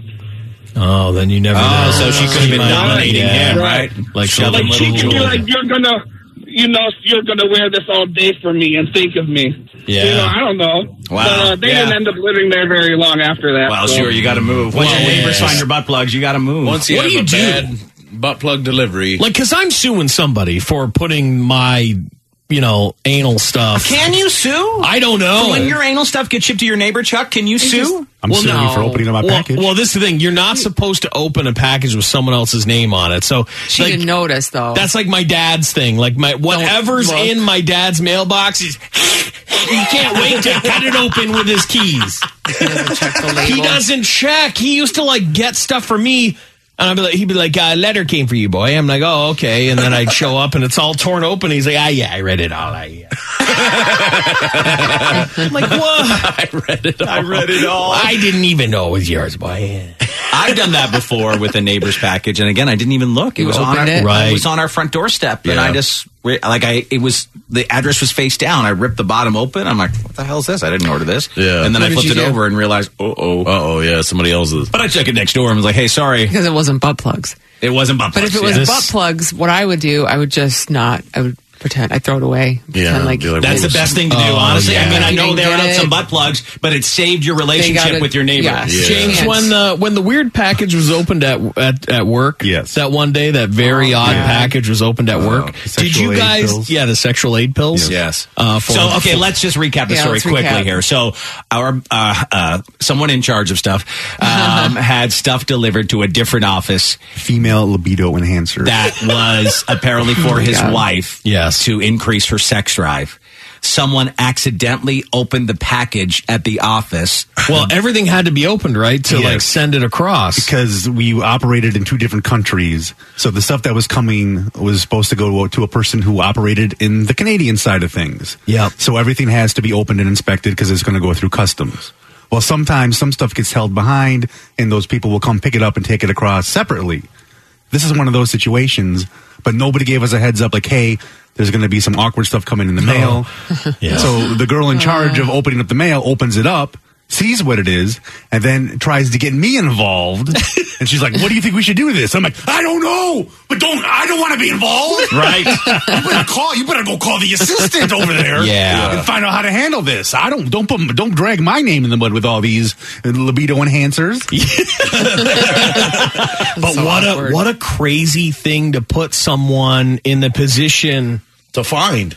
[SPEAKER 3] Oh, then you never know.
[SPEAKER 2] so she could have been
[SPEAKER 3] might-
[SPEAKER 2] dominating
[SPEAKER 3] yeah.
[SPEAKER 2] him, right?
[SPEAKER 3] Like
[SPEAKER 10] Like
[SPEAKER 3] shoving
[SPEAKER 10] she could
[SPEAKER 3] little
[SPEAKER 10] be
[SPEAKER 3] jewel.
[SPEAKER 10] like, you're gonna. You know, you're gonna wear this all day for me and think of me.
[SPEAKER 3] Yeah.
[SPEAKER 10] You know, I don't know.
[SPEAKER 2] Wow.
[SPEAKER 10] But, uh, they
[SPEAKER 2] Yeah.
[SPEAKER 10] didn't end up living there very long after that.
[SPEAKER 2] Well,
[SPEAKER 10] so-
[SPEAKER 2] sure, you got to move. Once your
[SPEAKER 3] Well,
[SPEAKER 2] neighbors
[SPEAKER 3] yeah.
[SPEAKER 2] find your butt plugs, you got to move.
[SPEAKER 1] Once you
[SPEAKER 3] What
[SPEAKER 1] have
[SPEAKER 3] do you
[SPEAKER 1] a
[SPEAKER 3] do?
[SPEAKER 1] bad butt plug delivery,
[SPEAKER 3] Like, because I'm suing somebody for putting my, you know, anal stuff.
[SPEAKER 2] Can you sue?
[SPEAKER 3] I don't know.
[SPEAKER 2] when your anal stuff gets shipped to your neighbor, Chuck, can you sue?
[SPEAKER 7] I'm
[SPEAKER 3] Well,
[SPEAKER 7] suing you for
[SPEAKER 4] no.
[SPEAKER 7] opening up my
[SPEAKER 3] well,
[SPEAKER 7] package. Hmm.
[SPEAKER 3] well, this is the thing. You're not supposed to open a package with someone else's name on it. So
[SPEAKER 4] she
[SPEAKER 3] like,
[SPEAKER 4] didn't notice though.
[SPEAKER 3] That's like my dad's thing. Like my whatever's
[SPEAKER 4] look.
[SPEAKER 3] in my dad's mailbox is he can't wait to cut it open with his keys.
[SPEAKER 4] She doesn't check the label.
[SPEAKER 3] He doesn't check. He used to like get stuff for me And I'd be like, he'd be like, uh, letter came for you, boy. I'm like, oh, okay. And then I'd show up and it's all torn open. He's like, ah, yeah, I read it all. I, yeah. I'm like, what?
[SPEAKER 2] I read it. All. I
[SPEAKER 3] read it all. I didn't even know it was yours, boy.
[SPEAKER 2] I've done that before with a neighbor's package, and again, I didn't even look. It
[SPEAKER 4] You
[SPEAKER 2] was on our,
[SPEAKER 4] opened it?
[SPEAKER 3] Right.
[SPEAKER 2] It was on our front doorstep, and
[SPEAKER 1] Yeah.
[SPEAKER 2] I just re- like I it was the address was face down. I ripped the bottom open. I'm like, what the hell is this? I didn't order this.
[SPEAKER 1] Yeah.
[SPEAKER 2] And
[SPEAKER 1] What
[SPEAKER 2] then I
[SPEAKER 1] did
[SPEAKER 2] flipped
[SPEAKER 1] you
[SPEAKER 2] it
[SPEAKER 1] do?
[SPEAKER 2] over and realized, oh oh.
[SPEAKER 1] Uh oh, yeah, somebody else's.
[SPEAKER 2] But I check it next door and was like, hey, sorry,
[SPEAKER 4] because it wasn't butt plugs.
[SPEAKER 2] it wasn't butt
[SPEAKER 4] But if
[SPEAKER 2] plugs.
[SPEAKER 4] it was
[SPEAKER 2] Yeah.
[SPEAKER 4] butt plugs, what I would do, I would just not. I would pretend. I would throw it away.
[SPEAKER 1] Yeah,
[SPEAKER 4] Pretend like,
[SPEAKER 1] be like,
[SPEAKER 2] That's the
[SPEAKER 1] Oops.
[SPEAKER 2] best thing to do, honestly. I mean, I
[SPEAKER 4] You
[SPEAKER 2] know
[SPEAKER 4] didn't
[SPEAKER 2] they were
[SPEAKER 4] get
[SPEAKER 2] out
[SPEAKER 4] it.
[SPEAKER 2] some butt plugs, but it saved your
[SPEAKER 4] they
[SPEAKER 2] relationship
[SPEAKER 4] gotta-
[SPEAKER 2] with your neighbor.
[SPEAKER 4] yeah,
[SPEAKER 1] Yeah.
[SPEAKER 3] James,
[SPEAKER 4] chance.
[SPEAKER 3] when the when the weird package was opened at at, at work,
[SPEAKER 7] Yes.
[SPEAKER 3] that one day that very odd package was opened at work. Did
[SPEAKER 7] Sexual
[SPEAKER 3] you
[SPEAKER 7] aid
[SPEAKER 3] guys?
[SPEAKER 7] pills.
[SPEAKER 3] Yeah, the sexual aid pills.
[SPEAKER 2] Yes.
[SPEAKER 3] Uh, for,
[SPEAKER 2] so okay, let's just recap the
[SPEAKER 4] Yeah,
[SPEAKER 2] story
[SPEAKER 4] let's
[SPEAKER 2] quickly
[SPEAKER 4] recap.
[SPEAKER 2] here. So our uh, uh, someone in charge of stuff um, had stuff delivered to a different office
[SPEAKER 7] Female libido enhancer.
[SPEAKER 2] that was apparently for his
[SPEAKER 4] Oh God.
[SPEAKER 2] wife.
[SPEAKER 3] Yes.
[SPEAKER 2] to increase her sex drive. Someone accidentally opened the package at the office.
[SPEAKER 3] Well, everything had to be opened, right, to
[SPEAKER 7] Yeah.
[SPEAKER 3] like send it across.
[SPEAKER 7] because we operated in two different countries. So the stuff that was coming was supposed to go to a person who operated in the Canadian side of things.
[SPEAKER 3] Yep.
[SPEAKER 7] So everything has to be opened and inspected because it's going to go through customs. Well, sometimes some stuff gets held behind and those people will come pick it up and take it across separately. This is one of those situations, but nobody gave us a heads up like, hey, there's going to be some awkward stuff coming in the mail.
[SPEAKER 3] Yeah.
[SPEAKER 7] So the girl in charge of opening up the mail opens it up, sees what it is, and then tries to get me involved. and she's like, "What do you think we should do with this?" I'm like, "I don't know, but don't I don't want to be involved." Right? you better call. You better go call the assistant over there.
[SPEAKER 3] Yeah.
[SPEAKER 7] and find out how to handle this. I don't don't put don't drag my name in the mud with all these libido enhancers.
[SPEAKER 3] But what
[SPEAKER 4] awkward.
[SPEAKER 3] a what a crazy thing to put someone in the position.
[SPEAKER 1] To find.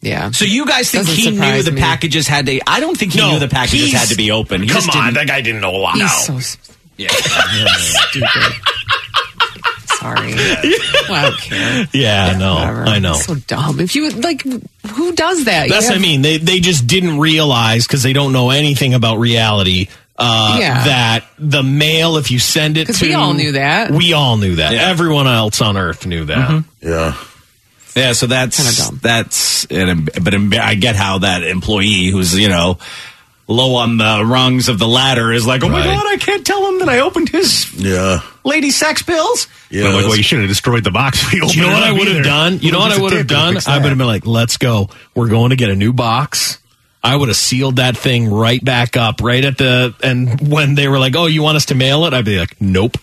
[SPEAKER 4] yeah.
[SPEAKER 2] So you guys think
[SPEAKER 4] Doesn't
[SPEAKER 2] he knew
[SPEAKER 4] surprise
[SPEAKER 2] the
[SPEAKER 4] me.
[SPEAKER 2] packages had to? I don't think he knew the packages
[SPEAKER 3] he's-
[SPEAKER 2] had to be open. He
[SPEAKER 3] Come
[SPEAKER 2] just
[SPEAKER 3] on,
[SPEAKER 2] didn't-
[SPEAKER 3] that guy didn't know a lot.
[SPEAKER 4] He's
[SPEAKER 3] No.
[SPEAKER 4] so s- stupid. Sorry. Well, I don't care.
[SPEAKER 3] yeah, no,
[SPEAKER 4] Whatever.
[SPEAKER 3] I know.
[SPEAKER 4] So dumb. If you like, who does that? You
[SPEAKER 3] That's what I
[SPEAKER 4] have-
[SPEAKER 3] mean. They they just didn't realize because they don't know anything about reality. Uh,
[SPEAKER 4] Yeah.
[SPEAKER 3] That the mail, if you send it
[SPEAKER 4] 'Cause
[SPEAKER 3] to,
[SPEAKER 4] we all knew that. Mm-hmm.
[SPEAKER 3] We all knew that. Everyone else on Earth knew that.
[SPEAKER 1] Yeah.
[SPEAKER 2] Yeah, so that's
[SPEAKER 4] Kinda dumb.
[SPEAKER 2] that's an, em- but em- I get how that employee who's you know low on the rungs of the ladder is like, oh my
[SPEAKER 3] Right.
[SPEAKER 2] god, I can't tell him that I opened his
[SPEAKER 1] Yeah.
[SPEAKER 2] lady sex pills.
[SPEAKER 1] Yeah.
[SPEAKER 7] I'm like, well,
[SPEAKER 1] that's-
[SPEAKER 7] you should have destroyed the box. You,
[SPEAKER 3] You know what I would have done? You know what I would have done? I would have been like, "Let's go. We're going to get a new box." I would have sealed that thing right back up, right at the. And when they were like, "Oh, you want us to mail it?" I'd be like, "Nope."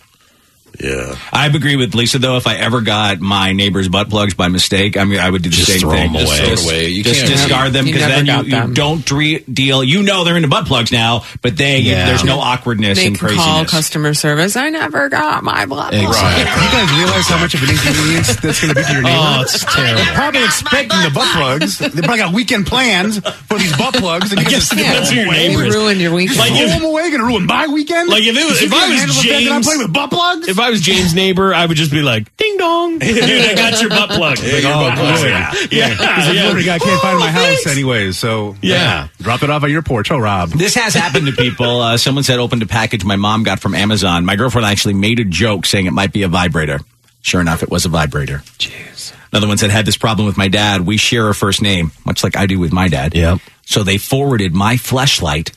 [SPEAKER 1] yeah.
[SPEAKER 2] I agree with Lisa though. If I ever got my neighbor's butt plugs by mistake, I mean I would do the
[SPEAKER 1] Just
[SPEAKER 2] same
[SPEAKER 1] throw
[SPEAKER 2] thing.
[SPEAKER 1] 'em away.
[SPEAKER 2] Just,
[SPEAKER 1] Throw it away. You
[SPEAKER 2] just
[SPEAKER 1] can't-
[SPEAKER 2] discard them
[SPEAKER 4] You
[SPEAKER 2] because
[SPEAKER 4] never
[SPEAKER 2] then you,
[SPEAKER 4] got
[SPEAKER 2] you
[SPEAKER 4] them.
[SPEAKER 2] don't dre- deal. You know they're into butt plugs now, but they
[SPEAKER 3] Yeah.
[SPEAKER 2] there's no awkwardness
[SPEAKER 4] They can
[SPEAKER 2] and craziness.
[SPEAKER 4] call customer service. I never got my blood.
[SPEAKER 7] Do you guys realize how much of an inconvenience that's going to be to your neighbor?
[SPEAKER 3] Oh, it's terrible.
[SPEAKER 7] probably expecting the butt plugs. They probably got weekend plans for these butt plugs. And I guess
[SPEAKER 3] depends who your
[SPEAKER 4] You
[SPEAKER 3] neighbor is.
[SPEAKER 4] ruined your weekend.
[SPEAKER 3] Like, if-
[SPEAKER 7] them away, going to ruin my weekend.
[SPEAKER 3] Like, if it was-
[SPEAKER 7] You
[SPEAKER 3] if I
[SPEAKER 7] can't
[SPEAKER 3] was
[SPEAKER 7] handle the fact that I'm
[SPEAKER 3] James-
[SPEAKER 7] playing with butt plugs.
[SPEAKER 3] If I was Jane's neighbor, I would just be like, "Ding dong, dude, I got your butt plug." Like,
[SPEAKER 1] your
[SPEAKER 3] "Oh,
[SPEAKER 1] butt plug,
[SPEAKER 3] boy."
[SPEAKER 1] yeah.
[SPEAKER 3] yeah, yeah, Oh,
[SPEAKER 7] I literally got- can't find my house
[SPEAKER 3] thanks.
[SPEAKER 7] anyway, so
[SPEAKER 3] Yeah.
[SPEAKER 7] drop it off at your porch. Oh, Rob,
[SPEAKER 2] This has happened to people. Uh, someone said opened a package my mom got from Amazon. My girlfriend actually made a joke saying it might be a vibrator. Sure enough, it was a vibrator. Jeez. Another one said had this problem with my dad. We share a first name, much like I do with my dad.
[SPEAKER 3] Yep.
[SPEAKER 2] So they forwarded my flashlight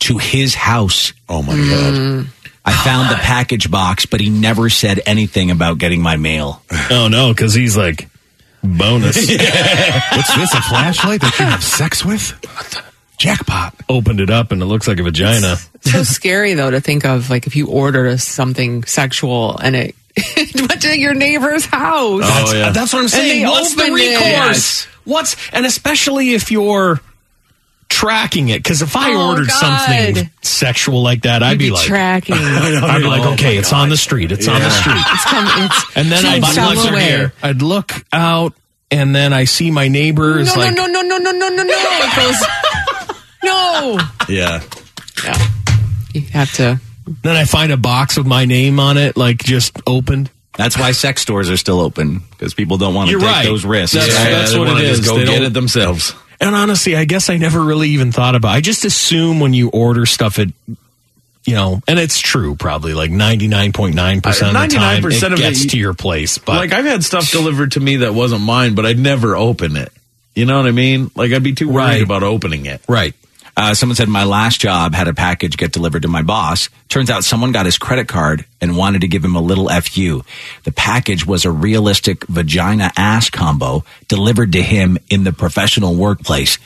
[SPEAKER 2] to his house.
[SPEAKER 1] Oh my god.
[SPEAKER 2] I found the package box, but he never said anything about getting my mail.
[SPEAKER 3] Oh no, because he's like bonus.
[SPEAKER 7] what's this? A flashlight that you have sex with? Jackpot.
[SPEAKER 3] Opened it up and it looks like a vagina.
[SPEAKER 4] so scary though to think of like if you order something sexual and it went to your neighbor's house.
[SPEAKER 1] Oh,
[SPEAKER 3] That's, that's what I'm saying.
[SPEAKER 4] they
[SPEAKER 3] What's the
[SPEAKER 4] opened
[SPEAKER 3] recourse?
[SPEAKER 4] it.
[SPEAKER 3] What's and especially if you're tracking it because if I
[SPEAKER 4] Oh,
[SPEAKER 3] ordered
[SPEAKER 4] God.
[SPEAKER 3] something sexual like that, I'd
[SPEAKER 4] You'd
[SPEAKER 3] be,
[SPEAKER 4] be Oh,
[SPEAKER 3] like,
[SPEAKER 4] tracking. it's
[SPEAKER 3] I'd be like, okay, it's on the street. It's on the street.
[SPEAKER 4] come. It's
[SPEAKER 3] And then I'd
[SPEAKER 4] James,
[SPEAKER 3] look,
[SPEAKER 4] stop away.
[SPEAKER 3] I'd look out, and then I see my neighbor is
[SPEAKER 4] No,
[SPEAKER 3] like,
[SPEAKER 4] no, no, no, no, no, no, no, no. It goes. No.
[SPEAKER 1] Yeah.
[SPEAKER 4] No. You have to.
[SPEAKER 3] then I find a box with my name on it, like just opened.
[SPEAKER 2] That's why sex stores are still open because people don't want to
[SPEAKER 3] You're
[SPEAKER 2] take
[SPEAKER 3] right.
[SPEAKER 2] those risks.
[SPEAKER 3] That's-
[SPEAKER 1] yeah,
[SPEAKER 3] that's
[SPEAKER 1] they
[SPEAKER 3] what
[SPEAKER 1] wanna
[SPEAKER 3] it
[SPEAKER 1] just
[SPEAKER 3] is.
[SPEAKER 1] Go
[SPEAKER 3] They
[SPEAKER 1] get
[SPEAKER 3] don't-
[SPEAKER 1] it themselves.
[SPEAKER 3] And honestly, I guess I never really even thought about. I just assume when you order stuff, it you know, and it's true probably like 99.9% of the time it
[SPEAKER 1] 99% of it,
[SPEAKER 3] gets
[SPEAKER 1] you-
[SPEAKER 3] to your place. But
[SPEAKER 1] like I've had stuff delivered to me that wasn't mine, but I'd never open it. You know what I mean? Like I'd be too worried
[SPEAKER 3] Right.
[SPEAKER 1] about opening it.
[SPEAKER 3] right.
[SPEAKER 2] Uh, someone said my last job had a package get delivered to my boss. Turns out someone got his credit card and wanted to give him a little fu. The package was a realistic vagina ass combo delivered to him in the professional workplace.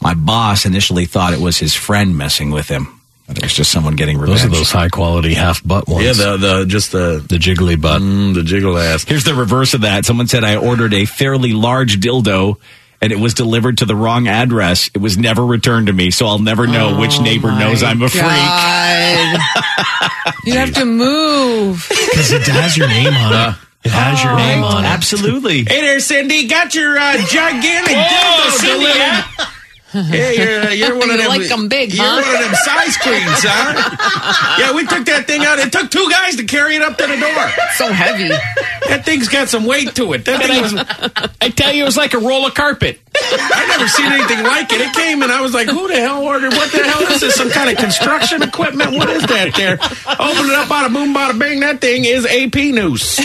[SPEAKER 2] My boss initially thought it was his friend messing with him. That it was just someone getting revenge.
[SPEAKER 3] Those are those high quality half butt ones.
[SPEAKER 1] Yeah, the the just the
[SPEAKER 3] the jiggly butt.
[SPEAKER 1] mm, the jiggle ass.
[SPEAKER 2] Here's the reverse of that. Someone said I ordered a fairly large dildo and it was delivered to the wrong address. It was never returned to me, so I'll never know which neighbor knows I'm a freak.
[SPEAKER 4] God. you have to move.
[SPEAKER 3] Because it has your name on it. It has your name on it.
[SPEAKER 2] Absolutely.
[SPEAKER 1] Hey there, Cindy. Got your uh, gigantic dildo delivered. Hey, you're, uh, you're one of
[SPEAKER 4] You
[SPEAKER 1] them.
[SPEAKER 4] like 'em big,
[SPEAKER 1] you're
[SPEAKER 4] huh?
[SPEAKER 1] one of them size queens, huh? yeah, we took that thing out. It took two guys to carry it up to the door.
[SPEAKER 4] So heavy.
[SPEAKER 1] That thing's got some weight to it. That thing was,
[SPEAKER 3] I tell you, it was like a roll of carpet.
[SPEAKER 1] I've never seen anything like it. It came and I was like, "Who the hell ordered? What the hell is this? Some kind of construction equipment? What is that there?" Open it up, bada boom, bada bing. That thing is AP news.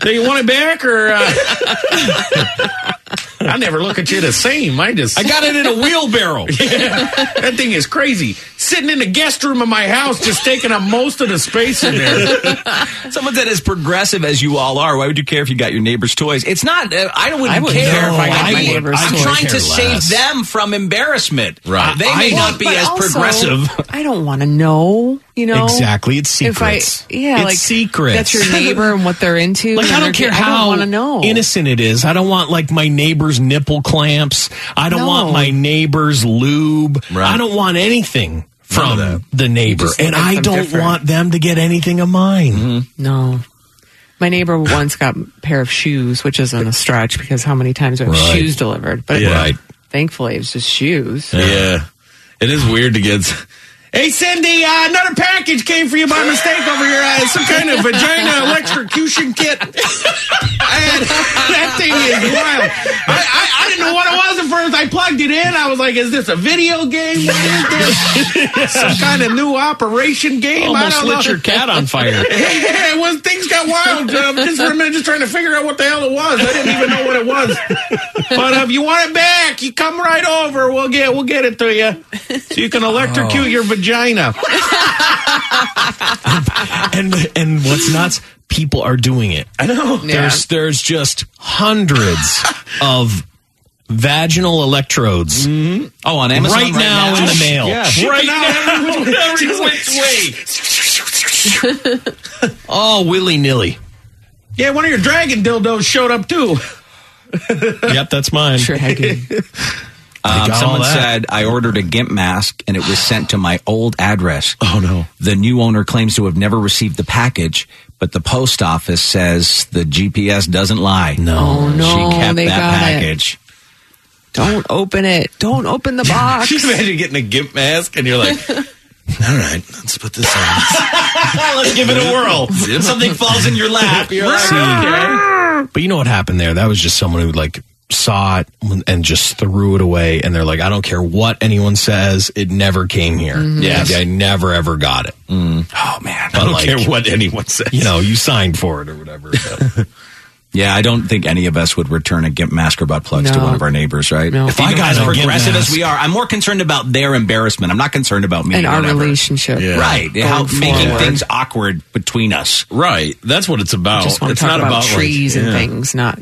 [SPEAKER 1] Do you want it back or? Uh... I never look at you the same. I just
[SPEAKER 3] I got it in a wheelbarrow.
[SPEAKER 1] that thing is crazy. Sitting in the guest room of my house, just taking up most of the space in there.
[SPEAKER 2] Someone that as progressive as you all are, why would you care if you got your neighbor's toys? It's not. Uh, I wouldn't
[SPEAKER 4] I wouldn't
[SPEAKER 2] care
[SPEAKER 4] care
[SPEAKER 2] if I got
[SPEAKER 4] I
[SPEAKER 2] my
[SPEAKER 4] would-
[SPEAKER 2] neighbor's.
[SPEAKER 4] I
[SPEAKER 2] I'm
[SPEAKER 4] could
[SPEAKER 2] trying to
[SPEAKER 3] care
[SPEAKER 2] save
[SPEAKER 3] less.
[SPEAKER 2] them from embarrassment.
[SPEAKER 1] Right.
[SPEAKER 2] They may
[SPEAKER 4] Well,
[SPEAKER 2] not be
[SPEAKER 4] but
[SPEAKER 2] as
[SPEAKER 4] also,
[SPEAKER 2] progressive.
[SPEAKER 4] I don't want to know, you know?
[SPEAKER 3] Exactly. It's
[SPEAKER 4] If I,
[SPEAKER 3] secrets.
[SPEAKER 4] yeah,
[SPEAKER 3] it's
[SPEAKER 4] like
[SPEAKER 3] secrets.
[SPEAKER 4] That's your neighbor and what they're into.
[SPEAKER 3] Like
[SPEAKER 4] and
[SPEAKER 3] I
[SPEAKER 4] their
[SPEAKER 3] don't care
[SPEAKER 4] kid.
[SPEAKER 3] how
[SPEAKER 4] I don't want to know.
[SPEAKER 3] innocent it is. I don't want like my neighbor's nipple clamps. I don't
[SPEAKER 4] No.
[SPEAKER 3] want my neighbor's lube.
[SPEAKER 1] Right.
[SPEAKER 3] I don't want anything
[SPEAKER 1] None of
[SPEAKER 3] from the neighbor,
[SPEAKER 4] just
[SPEAKER 3] and
[SPEAKER 4] look at
[SPEAKER 3] I
[SPEAKER 4] them
[SPEAKER 3] don't
[SPEAKER 4] different.
[SPEAKER 3] want them to get anything of mine.
[SPEAKER 4] No. My neighbor once got a pair of shoes, which isn't a stretch because how many times have
[SPEAKER 3] Right.
[SPEAKER 4] shoes delivered? But
[SPEAKER 1] Yeah. Right.
[SPEAKER 4] thankfully, it was just shoes.
[SPEAKER 1] Yeah, it is weird to get. Hey, Cindy, uh, another package came for you by mistake over here. Uh, some kind of vagina electrocution kit. And that thing is wild. I, I, I didn't know what it was at first. I plugged it in. I was like, is this a video game? What is this? Some kind of new operation game? I
[SPEAKER 3] Almost
[SPEAKER 1] don't
[SPEAKER 3] lit
[SPEAKER 1] know.
[SPEAKER 3] your cat on fire.
[SPEAKER 1] Yeah, it was, things got wild. Um, just for a minute, just trying to figure out what the hell it was. I didn't even know what it was. But if you want it back, you come right over. We'll get we'll get it to you, so you can electrocute your vagina.
[SPEAKER 3] and and what's nuts? People are doing it.
[SPEAKER 1] I know.
[SPEAKER 3] There's there's just hundreds of vaginal electrodes
[SPEAKER 2] Oh, on Amazon
[SPEAKER 3] right, now, in the mail.
[SPEAKER 1] Right now, every which way.
[SPEAKER 3] Oh, willy nilly.
[SPEAKER 1] Yeah, one of your dragon dildos showed up too.
[SPEAKER 3] yep, that's mine.
[SPEAKER 4] Sure, I do.
[SPEAKER 2] Um,
[SPEAKER 3] got all
[SPEAKER 2] someone
[SPEAKER 3] that.
[SPEAKER 2] said I ordered a gimp mask and it was sent to my old address.
[SPEAKER 1] Oh, no.
[SPEAKER 2] The new owner claims to have never received the package, but the post office says the GPS doesn't lie.
[SPEAKER 4] Oh, no,
[SPEAKER 2] she kept
[SPEAKER 4] they
[SPEAKER 2] that
[SPEAKER 4] got it.
[SPEAKER 2] package.
[SPEAKER 4] Don't open it. Don't open the box.
[SPEAKER 1] Just imagine getting a gimp mask and you're like, all right, let's put this on.
[SPEAKER 2] Let's give it a whirl. Something falls in your lap. You're like,
[SPEAKER 3] But you know what happened there? That was just someone who like saw it and just threw it away, and they're like, "I don't care what anyone says, it never came here.
[SPEAKER 2] Mm-hmm.
[SPEAKER 1] Yes.
[SPEAKER 3] I never ever got it.
[SPEAKER 2] oh man.
[SPEAKER 3] But like,
[SPEAKER 1] what anyone says.
[SPEAKER 3] you know, you signed for it or whatever. But
[SPEAKER 2] Yeah, I don't think any of us would return a gimp mask or butt plugs to
[SPEAKER 4] No.
[SPEAKER 2] one of our neighbors, right?
[SPEAKER 4] No.
[SPEAKER 2] If I
[SPEAKER 3] Even
[SPEAKER 2] got as
[SPEAKER 3] as a gimp
[SPEAKER 2] progressive as
[SPEAKER 3] mask.
[SPEAKER 2] we are, I'm more concerned about their embarrassment. I'm not concerned about me
[SPEAKER 4] and
[SPEAKER 2] or
[SPEAKER 4] our
[SPEAKER 2] whatever.
[SPEAKER 4] relationship.
[SPEAKER 1] Yeah.
[SPEAKER 2] Right. How
[SPEAKER 4] Going
[SPEAKER 2] making
[SPEAKER 4] forward.
[SPEAKER 2] things awkward between us.
[SPEAKER 1] Right. That's what it's about.
[SPEAKER 3] Oh,
[SPEAKER 4] Just want to talk about, trees and things, not,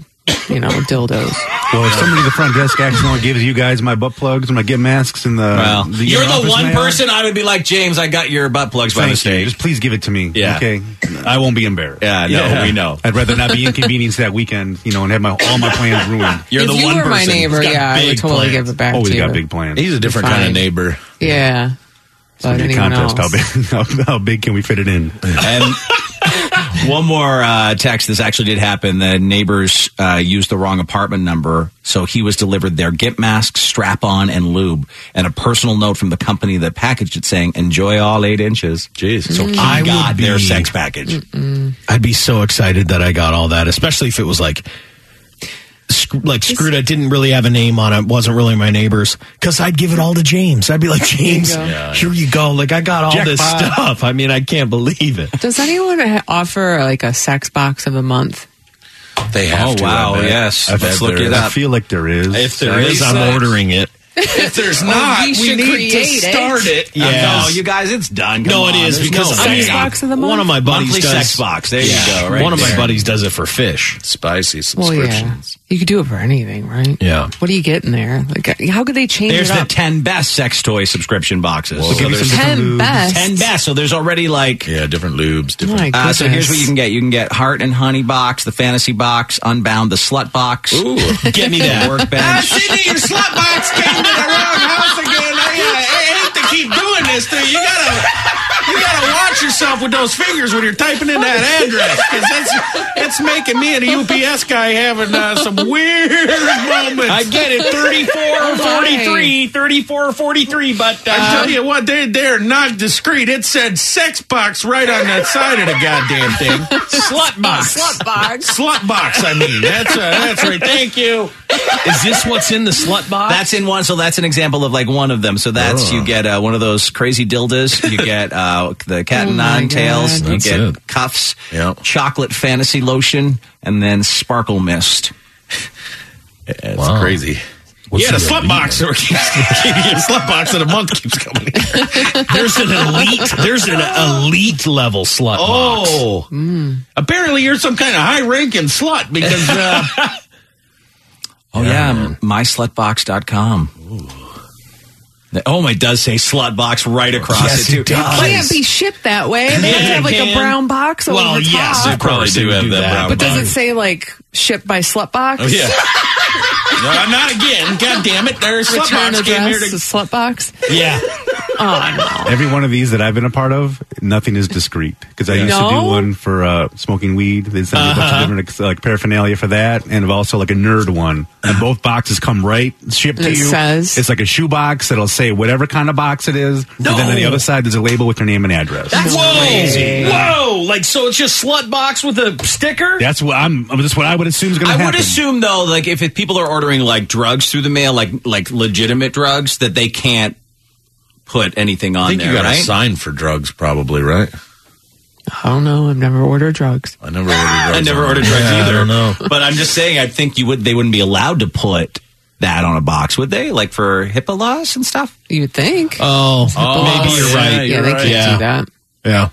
[SPEAKER 4] you know, dildos.
[SPEAKER 7] Well, if somebody at the front desk accidentally gives you guys my butt plugs when I get masks and the,
[SPEAKER 2] Well,
[SPEAKER 7] the
[SPEAKER 2] you're the
[SPEAKER 7] office
[SPEAKER 2] one
[SPEAKER 7] mail,
[SPEAKER 2] person I would be like, James, I got your butt plugs by
[SPEAKER 7] Thank you.
[SPEAKER 2] mistake.
[SPEAKER 7] Just please give it to me.
[SPEAKER 2] Yeah.
[SPEAKER 7] Okay. I won't be embarrassed.
[SPEAKER 2] Yeah, no,
[SPEAKER 1] Yeah.
[SPEAKER 2] we know.
[SPEAKER 7] I'd rather not be inconvenienced that weekend, you know, and have my all my plans ruined.
[SPEAKER 2] You're
[SPEAKER 4] if
[SPEAKER 2] the
[SPEAKER 4] you
[SPEAKER 2] one
[SPEAKER 4] were my
[SPEAKER 2] person
[SPEAKER 4] neighbor,
[SPEAKER 2] who's got
[SPEAKER 4] yeah, I would
[SPEAKER 2] big
[SPEAKER 4] totally
[SPEAKER 2] plans.
[SPEAKER 4] give it back
[SPEAKER 7] Always
[SPEAKER 4] to you.
[SPEAKER 7] Oh, got big plans.
[SPEAKER 1] He's a different kind
[SPEAKER 4] Fine.
[SPEAKER 1] of neighbor.
[SPEAKER 4] Yeah. But
[SPEAKER 7] Be a
[SPEAKER 4] anyone
[SPEAKER 7] contest. How
[SPEAKER 4] else?
[SPEAKER 7] big, how, how big can we fit it in?
[SPEAKER 2] And one more uh, text. This actually did happen. The neighbors uh, used the wrong apartment number, so he was delivered their gimp mask, strap on, and lube, and a personal note from the company that packaged it saying, "Enjoy all eight inches." Jeez. So he
[SPEAKER 3] I would
[SPEAKER 2] got their
[SPEAKER 3] be-
[SPEAKER 2] sex package.
[SPEAKER 3] I'd be so excited that I got all that, especially if it was like sc- like screwed. I didn't really have a name on it. wasn't really my neighbor's because I'd give it all to James. I'd be like, James,
[SPEAKER 4] go.
[SPEAKER 3] here you go. Like I got all this
[SPEAKER 7] Jackpot.
[SPEAKER 3] stuff. I mean, I can't believe it.
[SPEAKER 4] Does anyone ha- offer like a sex box of the month?
[SPEAKER 1] They have
[SPEAKER 2] Oh,
[SPEAKER 1] to.
[SPEAKER 2] wow,
[SPEAKER 1] I bet.
[SPEAKER 2] yes.
[SPEAKER 1] I bet
[SPEAKER 2] Let's look
[SPEAKER 1] there
[SPEAKER 2] it
[SPEAKER 1] is.
[SPEAKER 2] up.
[SPEAKER 7] I feel like there is.
[SPEAKER 3] If there is,
[SPEAKER 2] Sex.
[SPEAKER 3] I'm ordering it.
[SPEAKER 1] If there's not,
[SPEAKER 4] we
[SPEAKER 1] Oh, we
[SPEAKER 4] should
[SPEAKER 1] need to
[SPEAKER 4] create it.
[SPEAKER 1] start it.
[SPEAKER 3] Yeah.
[SPEAKER 2] Uh, No, you guys, it's done. Come
[SPEAKER 3] No, it
[SPEAKER 2] on,
[SPEAKER 3] is
[SPEAKER 2] there's
[SPEAKER 3] because
[SPEAKER 2] no
[SPEAKER 3] I-
[SPEAKER 2] way.
[SPEAKER 4] Sex box of the month?
[SPEAKER 3] One of my buddies
[SPEAKER 2] monthly
[SPEAKER 3] does
[SPEAKER 2] sex box. There you go. Right
[SPEAKER 3] one of my
[SPEAKER 2] there.
[SPEAKER 3] buddies does it for fish.
[SPEAKER 1] Spicy
[SPEAKER 4] Well, yeah,
[SPEAKER 1] subscriptions.
[SPEAKER 4] you could do it for anything, right?
[SPEAKER 3] Yeah.
[SPEAKER 4] What do you get in there? Like, how could they change
[SPEAKER 2] There's
[SPEAKER 4] it
[SPEAKER 2] the
[SPEAKER 4] up?
[SPEAKER 2] ten best sex toy subscription boxes. So
[SPEAKER 1] give me
[SPEAKER 2] there's
[SPEAKER 1] some
[SPEAKER 4] Ten best.
[SPEAKER 2] ten best. So there's already like.
[SPEAKER 1] Yeah, different lubes, different.
[SPEAKER 4] My
[SPEAKER 2] Uh, so here's
[SPEAKER 4] goodness.
[SPEAKER 2] what you can get. You can get Heart and Honey box, the Fantasy box, Unbound, the Slut box,
[SPEAKER 1] Ooh.
[SPEAKER 3] Get me that.
[SPEAKER 1] Ah,
[SPEAKER 2] Workbench.
[SPEAKER 1] Sydney, your slot box came to the wrong house again. I, uh, I, I hate to keep doing this to you. You gotta, you gotta watch yourself with those fingers when you're typing in that address because that's that's making me and a UPS guy having uh, some weird moments. I
[SPEAKER 3] get it. 34,
[SPEAKER 4] 43,
[SPEAKER 3] 34, 43, but
[SPEAKER 4] Uh,
[SPEAKER 1] tell you what, they they're not discreet. It said sex box right on that side of the goddamn thing.
[SPEAKER 3] slut box.
[SPEAKER 1] Slut box, I mean. That's uh, that's right. Thank you.
[SPEAKER 3] Is this what's in the slut box? Oh.
[SPEAKER 2] That's in one, so that's an example of like one of them. So that's you get uh, one of those crazy dildos, you get uh, the cat and
[SPEAKER 4] Oh my
[SPEAKER 2] nine tails,
[SPEAKER 4] God.
[SPEAKER 2] you
[SPEAKER 3] That's
[SPEAKER 2] get
[SPEAKER 3] it.
[SPEAKER 2] cuffs,
[SPEAKER 1] Yeah.
[SPEAKER 2] chocolate fantasy lotion, and then sparkle mist.
[SPEAKER 1] That's
[SPEAKER 3] Wow.
[SPEAKER 1] crazy. yeah, the slut box. Or keeps, the slut box of the month keeps coming. Here.
[SPEAKER 3] there's an elite. There's an elite level slut box.
[SPEAKER 1] Oh,
[SPEAKER 3] Hmm.
[SPEAKER 1] apparently you're some kind of high-ranking slut because uh,
[SPEAKER 2] Oh yeah, m myslutbox.com. The- Oh, my, it does say slut box right across
[SPEAKER 3] Yes,
[SPEAKER 2] it too.
[SPEAKER 3] it does.
[SPEAKER 4] Can't be shipped that way. They have to have like
[SPEAKER 3] it
[SPEAKER 4] a
[SPEAKER 3] can.
[SPEAKER 4] brown box over
[SPEAKER 3] Well,
[SPEAKER 4] the top.
[SPEAKER 3] yes, of course
[SPEAKER 1] Probably do
[SPEAKER 3] they
[SPEAKER 1] have that brown
[SPEAKER 4] but does
[SPEAKER 1] box.
[SPEAKER 4] it say like shipped by slut box?
[SPEAKER 1] oh yeah. No, not again. God damn it. There's slut
[SPEAKER 4] Return
[SPEAKER 1] box came here
[SPEAKER 4] address to
[SPEAKER 1] to
[SPEAKER 4] slut box.
[SPEAKER 3] Yeah,
[SPEAKER 7] Every one of these that I've been a part of, nothing is discreet. Because I used to
[SPEAKER 4] No? Uh-huh.
[SPEAKER 7] do one for uh, smoking weed. They sent me a bunch of different like paraphernalia for that, and also like a nerd one. And both boxes come right shipped
[SPEAKER 4] And
[SPEAKER 7] to
[SPEAKER 4] it
[SPEAKER 7] you.
[SPEAKER 4] says-
[SPEAKER 7] it's like a shoe box that'll say whatever kind of box it is, and then on the other side there's a label with your name and address. That's,
[SPEAKER 3] whoa, whoa! Like so, it's just slut box with a sticker.
[SPEAKER 7] what I'm. That's what I would assume is going to
[SPEAKER 2] I
[SPEAKER 7] happen.
[SPEAKER 2] would assume though, like if it, people are ordering like drugs through the mail, like like legitimate drugs, that they can't put anything on
[SPEAKER 1] I think
[SPEAKER 2] there,
[SPEAKER 1] you got
[SPEAKER 2] right?
[SPEAKER 1] a sign for drugs, probably, right?
[SPEAKER 4] I don't know. I've never ordered drugs.
[SPEAKER 1] Ah, I never ordered drugs.
[SPEAKER 2] I never ordered drugs
[SPEAKER 3] Yeah, I
[SPEAKER 2] either.
[SPEAKER 3] don't know.
[SPEAKER 2] But I'm just saying, I think you would. They wouldn't be allowed to put that on a box, would they? Like for HIPAA laws and stuff.
[SPEAKER 4] You'd think.
[SPEAKER 3] Oh, maybe you're
[SPEAKER 4] yeah,
[SPEAKER 3] right.
[SPEAKER 4] Yeah, they can't
[SPEAKER 3] Yeah.
[SPEAKER 4] do that.
[SPEAKER 3] Yeah,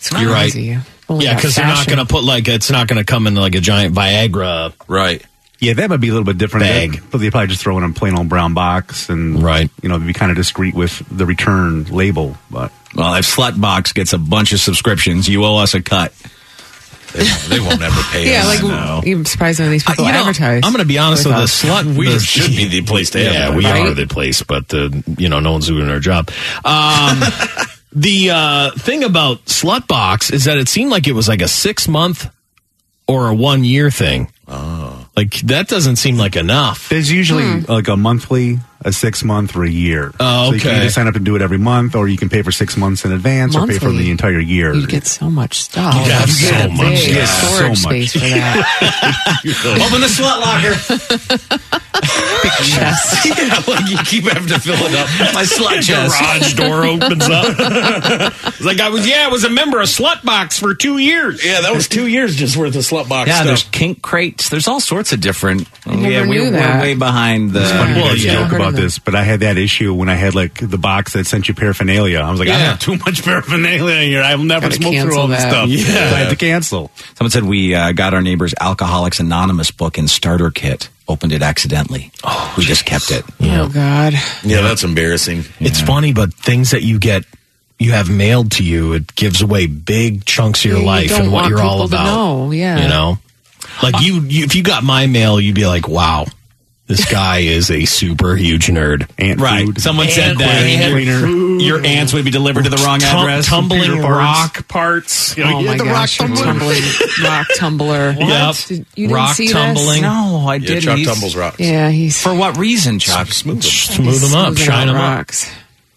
[SPEAKER 4] It's not
[SPEAKER 3] You're right.
[SPEAKER 4] easy. Only
[SPEAKER 3] yeah,
[SPEAKER 4] got
[SPEAKER 3] because they're not
[SPEAKER 4] fashion.
[SPEAKER 3] going to put like it's not going to come in like a giant Viagra.
[SPEAKER 1] Right.
[SPEAKER 7] Yeah, that might be a little bit different.
[SPEAKER 3] Bag.
[SPEAKER 7] But they probably just throw in a plain old brown box and
[SPEAKER 3] Right.
[SPEAKER 7] You know, be kind of discreet with the return label. But
[SPEAKER 2] Well, if Slutbox gets a bunch of subscriptions, you owe us a cut.
[SPEAKER 1] They, they won't ever pay
[SPEAKER 4] Yeah,
[SPEAKER 1] us.
[SPEAKER 4] like
[SPEAKER 2] know.
[SPEAKER 4] even surprised none of these people
[SPEAKER 3] Uh, You know,
[SPEAKER 4] advertise.
[SPEAKER 3] I'm going to be honest with
[SPEAKER 4] with
[SPEAKER 3] the
[SPEAKER 4] us.
[SPEAKER 3] slut.
[SPEAKER 1] we
[SPEAKER 3] the-
[SPEAKER 1] should be the place to have
[SPEAKER 3] yeah,
[SPEAKER 1] it.
[SPEAKER 3] we
[SPEAKER 4] Right?
[SPEAKER 3] are the place, but uh, you know, no one's doing their job. Um, the uh, thing about Slutbox is that it seemed like it was like a six month or a one year thing. Oh, like that doesn't seem like enough.
[SPEAKER 7] there's usually
[SPEAKER 4] Hmm.
[SPEAKER 7] like a monthly, a six month, or a year.
[SPEAKER 3] Oh,
[SPEAKER 7] So you can
[SPEAKER 3] okay.
[SPEAKER 7] either sign up and do it every month, or you can pay for six months in advance, or pay for
[SPEAKER 4] Monthly.
[SPEAKER 7] the entire year.
[SPEAKER 4] you get so much stuff.
[SPEAKER 3] You got so
[SPEAKER 4] get a
[SPEAKER 3] much
[SPEAKER 4] big
[SPEAKER 7] stuff.
[SPEAKER 4] storage
[SPEAKER 7] So much.
[SPEAKER 4] space for that.
[SPEAKER 2] Open the slut locker.
[SPEAKER 4] Yes.
[SPEAKER 1] yeah, like you keep having to fill it up.
[SPEAKER 2] My slut
[SPEAKER 3] Garage
[SPEAKER 2] chest.
[SPEAKER 3] door opens up. It's like I was, yeah, I was a member of Slutbox for two years.
[SPEAKER 1] Yeah, that was two years just worth of slut box
[SPEAKER 2] Yeah, there's
[SPEAKER 1] stuff.
[SPEAKER 2] kink crates. There's all sorts of different.
[SPEAKER 4] never
[SPEAKER 2] yeah, we,
[SPEAKER 4] knew
[SPEAKER 2] we're
[SPEAKER 4] that.
[SPEAKER 2] way behind the.
[SPEAKER 7] Funny you
[SPEAKER 3] Well,
[SPEAKER 7] guys
[SPEAKER 3] yeah.
[SPEAKER 7] joke
[SPEAKER 4] Heard of
[SPEAKER 7] about
[SPEAKER 4] them.
[SPEAKER 7] this, but I had that issue when I had like the box that sent you paraphernalia. I was like, I
[SPEAKER 3] Yeah.
[SPEAKER 7] have too much paraphernalia here. I will never
[SPEAKER 4] Gotta
[SPEAKER 7] smoke through
[SPEAKER 4] cancel
[SPEAKER 7] all this
[SPEAKER 4] that.
[SPEAKER 7] stuff. Yeah. I had to cancel.
[SPEAKER 3] Oh
[SPEAKER 2] Someone said we uh, got our neighbor's Alcoholics Anonymous book and starter kit. Opened it accidentally. Oh, we just kept it.
[SPEAKER 4] Oh God.
[SPEAKER 1] Yeah, that's embarrassing.
[SPEAKER 3] It's funny, but things that you get, you have mailed to you, it gives away big chunks of your
[SPEAKER 4] You
[SPEAKER 3] life
[SPEAKER 4] don't
[SPEAKER 3] and what
[SPEAKER 4] want
[SPEAKER 3] you're all
[SPEAKER 4] people to
[SPEAKER 3] about.
[SPEAKER 4] know, yeah.
[SPEAKER 3] you know, like you, you, if you got my mail, you'd be like, wow. This guy is a super huge nerd.
[SPEAKER 7] Ant
[SPEAKER 2] Right.
[SPEAKER 7] food.
[SPEAKER 3] Someone said
[SPEAKER 7] Ant
[SPEAKER 3] that.
[SPEAKER 7] cleaner.
[SPEAKER 3] Your- Your ants would be delivered to the wrong
[SPEAKER 2] Tum-
[SPEAKER 3] address.
[SPEAKER 2] tumbling
[SPEAKER 3] rock parts. You
[SPEAKER 4] oh my gosh. Rock tumbling. rock tumbler.
[SPEAKER 3] Yep.
[SPEAKER 4] Did, you didn't
[SPEAKER 3] Rock
[SPEAKER 4] see this?
[SPEAKER 3] tumbling.
[SPEAKER 2] No, I
[SPEAKER 1] Yeah,
[SPEAKER 2] didn't.
[SPEAKER 1] Chuck
[SPEAKER 2] He's-
[SPEAKER 1] tumbles rocks.
[SPEAKER 4] Yeah, he's
[SPEAKER 2] For what reason, Chuck?
[SPEAKER 1] Smooth them.
[SPEAKER 3] Smooth them up,
[SPEAKER 4] smoothing
[SPEAKER 3] shine
[SPEAKER 4] out
[SPEAKER 3] them up.
[SPEAKER 4] rocks.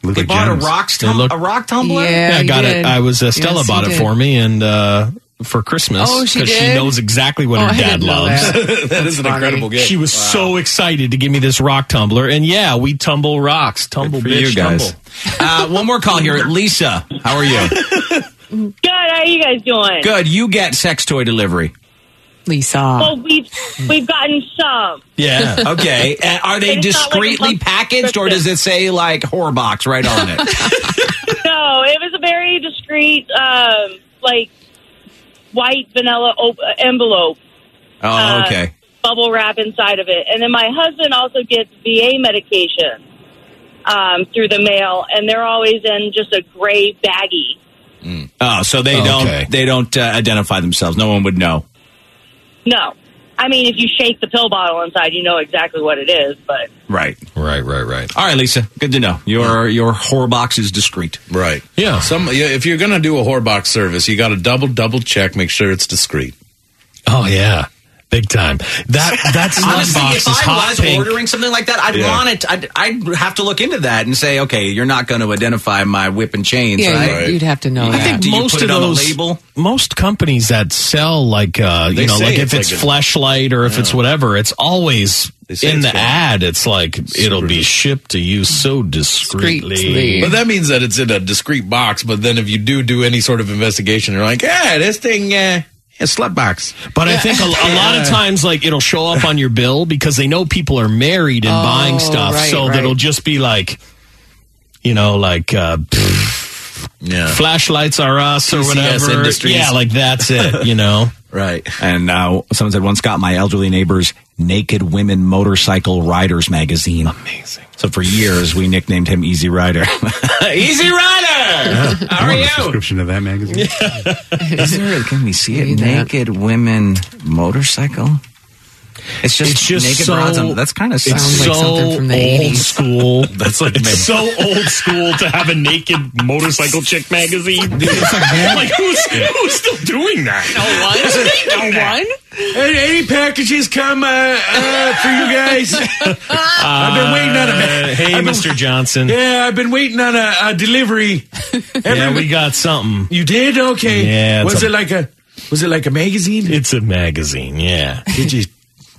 [SPEAKER 7] Look
[SPEAKER 2] They
[SPEAKER 7] like
[SPEAKER 2] bought a
[SPEAKER 7] gems.
[SPEAKER 2] rock,
[SPEAKER 3] They
[SPEAKER 2] tum-
[SPEAKER 3] look-
[SPEAKER 2] a rock tumbler.
[SPEAKER 4] Yeah.
[SPEAKER 3] Yeah, I
[SPEAKER 4] he
[SPEAKER 3] got
[SPEAKER 4] did.
[SPEAKER 3] it. I was uh, Stella
[SPEAKER 4] Yes, he
[SPEAKER 3] bought it
[SPEAKER 4] did.
[SPEAKER 3] for me, and uh, for Christmas
[SPEAKER 4] Oh, she
[SPEAKER 3] she
[SPEAKER 4] did?
[SPEAKER 3] knows exactly what
[SPEAKER 4] Oh, I
[SPEAKER 3] her dad
[SPEAKER 4] didn't know
[SPEAKER 3] loves.
[SPEAKER 4] that.
[SPEAKER 2] that is an
[SPEAKER 4] funny.
[SPEAKER 2] incredible game.
[SPEAKER 3] She was so excited to give me this rock tumbler, and yeah, we tumble rocks, tumble
[SPEAKER 2] for
[SPEAKER 3] bitch,
[SPEAKER 2] you guys.
[SPEAKER 3] tumble.
[SPEAKER 2] Uh, one more call here, Lisa. How are you?
[SPEAKER 11] Good. How are you guys doing?
[SPEAKER 2] Good. You get sex toy delivery.
[SPEAKER 4] Lisa.
[SPEAKER 3] Oh,
[SPEAKER 11] Well, we've we've gotten some.
[SPEAKER 3] Yeah,
[SPEAKER 2] Okay. Uh, are
[SPEAKER 11] It's not like
[SPEAKER 2] they
[SPEAKER 11] a
[SPEAKER 2] discreetly
[SPEAKER 11] monthly
[SPEAKER 2] packaged, or does it say like whore box right on it?
[SPEAKER 11] No, it was a very discreet, um, like white vanilla op- envelope,
[SPEAKER 2] Oh, okay.
[SPEAKER 11] bubble wrap inside of it, and then my husband also gets VA medication um, through the mail, and they're always in just a gray baggie.
[SPEAKER 2] Oh, so they
[SPEAKER 3] Okay.
[SPEAKER 2] don't they don't uh, identify themselves. No one would know.
[SPEAKER 11] No, I mean if you shake the pill bottle inside, you know exactly what it is, but.
[SPEAKER 2] Right.
[SPEAKER 3] right, right, right.
[SPEAKER 2] All right, Lisa. Good to know. Your your whore box is discreet.
[SPEAKER 1] Right.
[SPEAKER 3] Yeah.
[SPEAKER 1] Some yeah, if you're going to do a whore box service, you got to double double check, make sure it's discreet.
[SPEAKER 3] Oh yeah, big time. That that slot
[SPEAKER 2] Honestly,
[SPEAKER 3] box
[SPEAKER 2] if
[SPEAKER 3] is
[SPEAKER 2] I
[SPEAKER 3] hot
[SPEAKER 2] was
[SPEAKER 3] pink.
[SPEAKER 2] ordering something like that, I'd
[SPEAKER 1] Yeah.
[SPEAKER 2] want it. I'd, I'd have to look into that and say, okay, you're not going to identify my whip and chains,
[SPEAKER 4] yeah,
[SPEAKER 2] right?
[SPEAKER 4] you- you'd have to know
[SPEAKER 2] I
[SPEAKER 4] that.
[SPEAKER 2] think- Do you put it on the label?
[SPEAKER 3] most companies that sell like uh,
[SPEAKER 1] They
[SPEAKER 3] you know,
[SPEAKER 1] say
[SPEAKER 3] like if
[SPEAKER 1] it's
[SPEAKER 3] it's
[SPEAKER 1] like a-
[SPEAKER 3] fleshlight or if it's whatever, it's always
[SPEAKER 1] They say
[SPEAKER 3] in
[SPEAKER 1] it's
[SPEAKER 3] the
[SPEAKER 1] like-
[SPEAKER 3] ad. It's like it'll be shipped to you so discreetly.
[SPEAKER 4] Discreetly.
[SPEAKER 1] But that means that it's in a discreet box. But then if you do do any sort of investigation, you're like, yeah, this thing, uh, a slut box.
[SPEAKER 3] But I think a, a lot of times, like it'll show up on your bill because they know people are married and
[SPEAKER 4] Oh,
[SPEAKER 3] buying stuff,
[SPEAKER 4] right,
[SPEAKER 3] so
[SPEAKER 4] right.
[SPEAKER 3] that'll just be like, you know, like uh,
[SPEAKER 1] Yeah.
[SPEAKER 3] flashlights are us or
[SPEAKER 1] TCS
[SPEAKER 3] whatever.
[SPEAKER 1] Industries.
[SPEAKER 3] Yeah, like that's it. You know.
[SPEAKER 1] Right.
[SPEAKER 2] And uh, someone said once got my elderly neighbor's naked women motorcycle riders magazine. Amazing. So for years we nicknamed him Easy Rider. Easy Rider. How
[SPEAKER 7] I want a subscription to that magazine.
[SPEAKER 2] Is there? Can we see it?
[SPEAKER 4] Need that.
[SPEAKER 2] Naked women motorcycle. It's just,
[SPEAKER 3] It's just
[SPEAKER 2] naked
[SPEAKER 3] so-
[SPEAKER 2] broads. on- That's kind of
[SPEAKER 3] It's
[SPEAKER 2] sounds
[SPEAKER 3] so
[SPEAKER 4] like something from the
[SPEAKER 3] old
[SPEAKER 4] 80s.
[SPEAKER 3] school. That's
[SPEAKER 1] like
[SPEAKER 3] it's so old school to have a naked motorcycle chick magazine. like who's, who's still doing that?
[SPEAKER 4] no one? No one?
[SPEAKER 1] any packages come uh, uh, for you guys? I've been waiting on a.
[SPEAKER 3] Uh, hey, Mr. Johnson.
[SPEAKER 1] Yeah, I've been waiting on a, a delivery.
[SPEAKER 3] Yeah, we got something.
[SPEAKER 1] You did okay.
[SPEAKER 3] Yeah, it's
[SPEAKER 1] Was
[SPEAKER 3] a-
[SPEAKER 1] it like a? Was it like a magazine?
[SPEAKER 3] It's a magazine. Yeah,
[SPEAKER 1] Did you?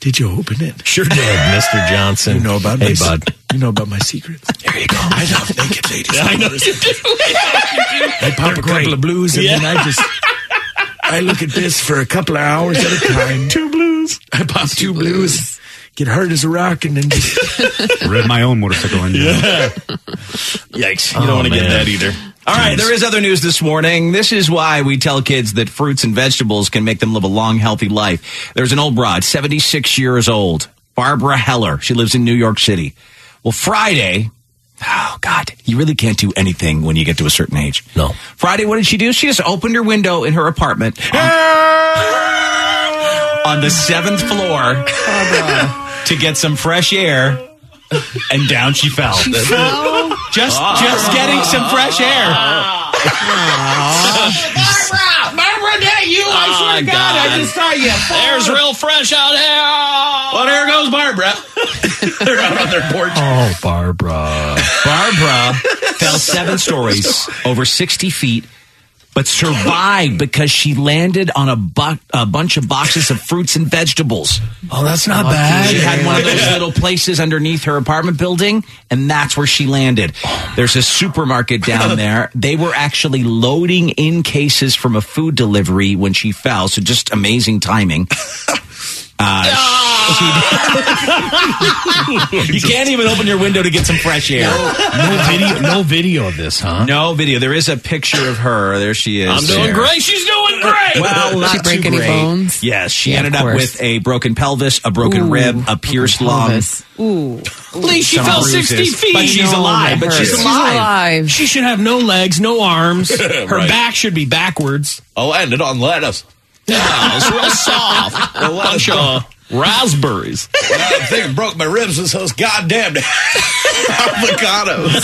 [SPEAKER 1] Did you open it?
[SPEAKER 3] sure did, Mr. Johnson.
[SPEAKER 1] You know about
[SPEAKER 3] hey,
[SPEAKER 1] my se-
[SPEAKER 3] bud.
[SPEAKER 1] You know about my secrets. There you go. I love naked ladies. I know you do. I pop a couple of blues and then I just I look at this for a couple of hours at a time. two blues. I pop two, blues. Get hard as a rock and then just
[SPEAKER 7] Read my own motorcycle engine.
[SPEAKER 2] Yikes!
[SPEAKER 3] You don't want to get that
[SPEAKER 2] either. All right, there is other news this morning. This is why we tell kids that fruits and vegetables can make them live a long, healthy life. There's an old broad, 76 years old, Barbara Heller. She lives in New York City. Well, Friday, oh God, you really can't do anything when you get to a certain age.
[SPEAKER 3] No.
[SPEAKER 2] Friday, what did she do? She just opened her window in her apartment on, on the seventh floor to get some fresh air, and down she fell. Just just getting some fresh air. Ah. Barbara, Barbara, that you? I swear to Ah, God, I just saw you.
[SPEAKER 3] There's real fresh out there.
[SPEAKER 2] Well, there goes Barbara. They're out on their porch.
[SPEAKER 3] Oh, Barbara.
[SPEAKER 2] Barbara fell seven stories over 60 feet, but survived because she landed on a, bu- a bunch of boxes of fruits and vegetables.
[SPEAKER 3] Oh, that's not bad.
[SPEAKER 2] She had one of those little places underneath her apartment building, and that's where she landed. There's a supermarket down there. They were actually loading in cases from a food delivery when she fell, so just amazing timing. Uh, she- you can't even open your window to get some fresh air.
[SPEAKER 3] No video. No video of this, huh?
[SPEAKER 2] No video. There is a picture of her. There she is.
[SPEAKER 3] I'm doing
[SPEAKER 2] there.
[SPEAKER 3] great. She's doing great.
[SPEAKER 2] Well, not
[SPEAKER 4] she break
[SPEAKER 2] too
[SPEAKER 4] any
[SPEAKER 2] great.
[SPEAKER 4] bones?
[SPEAKER 2] Yes, she
[SPEAKER 4] Yeah, of
[SPEAKER 2] ended up
[SPEAKER 4] course.
[SPEAKER 2] with a broken pelvis, a broken
[SPEAKER 4] Ooh,
[SPEAKER 2] rib, a
[SPEAKER 4] broken
[SPEAKER 2] pierced lung.
[SPEAKER 4] pelvis. Ooh.
[SPEAKER 3] At least she fell 60 feet.
[SPEAKER 2] But she's
[SPEAKER 4] No,
[SPEAKER 2] alive.
[SPEAKER 4] that
[SPEAKER 2] But she's
[SPEAKER 4] hurts.
[SPEAKER 2] alive.
[SPEAKER 3] She should have no legs, no arms. Her
[SPEAKER 1] Right.
[SPEAKER 3] back should be backwards.
[SPEAKER 1] I'll end it on lettuce.
[SPEAKER 3] it's real soft. A bunch
[SPEAKER 2] Uh,
[SPEAKER 3] of raspberries.
[SPEAKER 1] I think it broke my ribs with those goddamn avocados.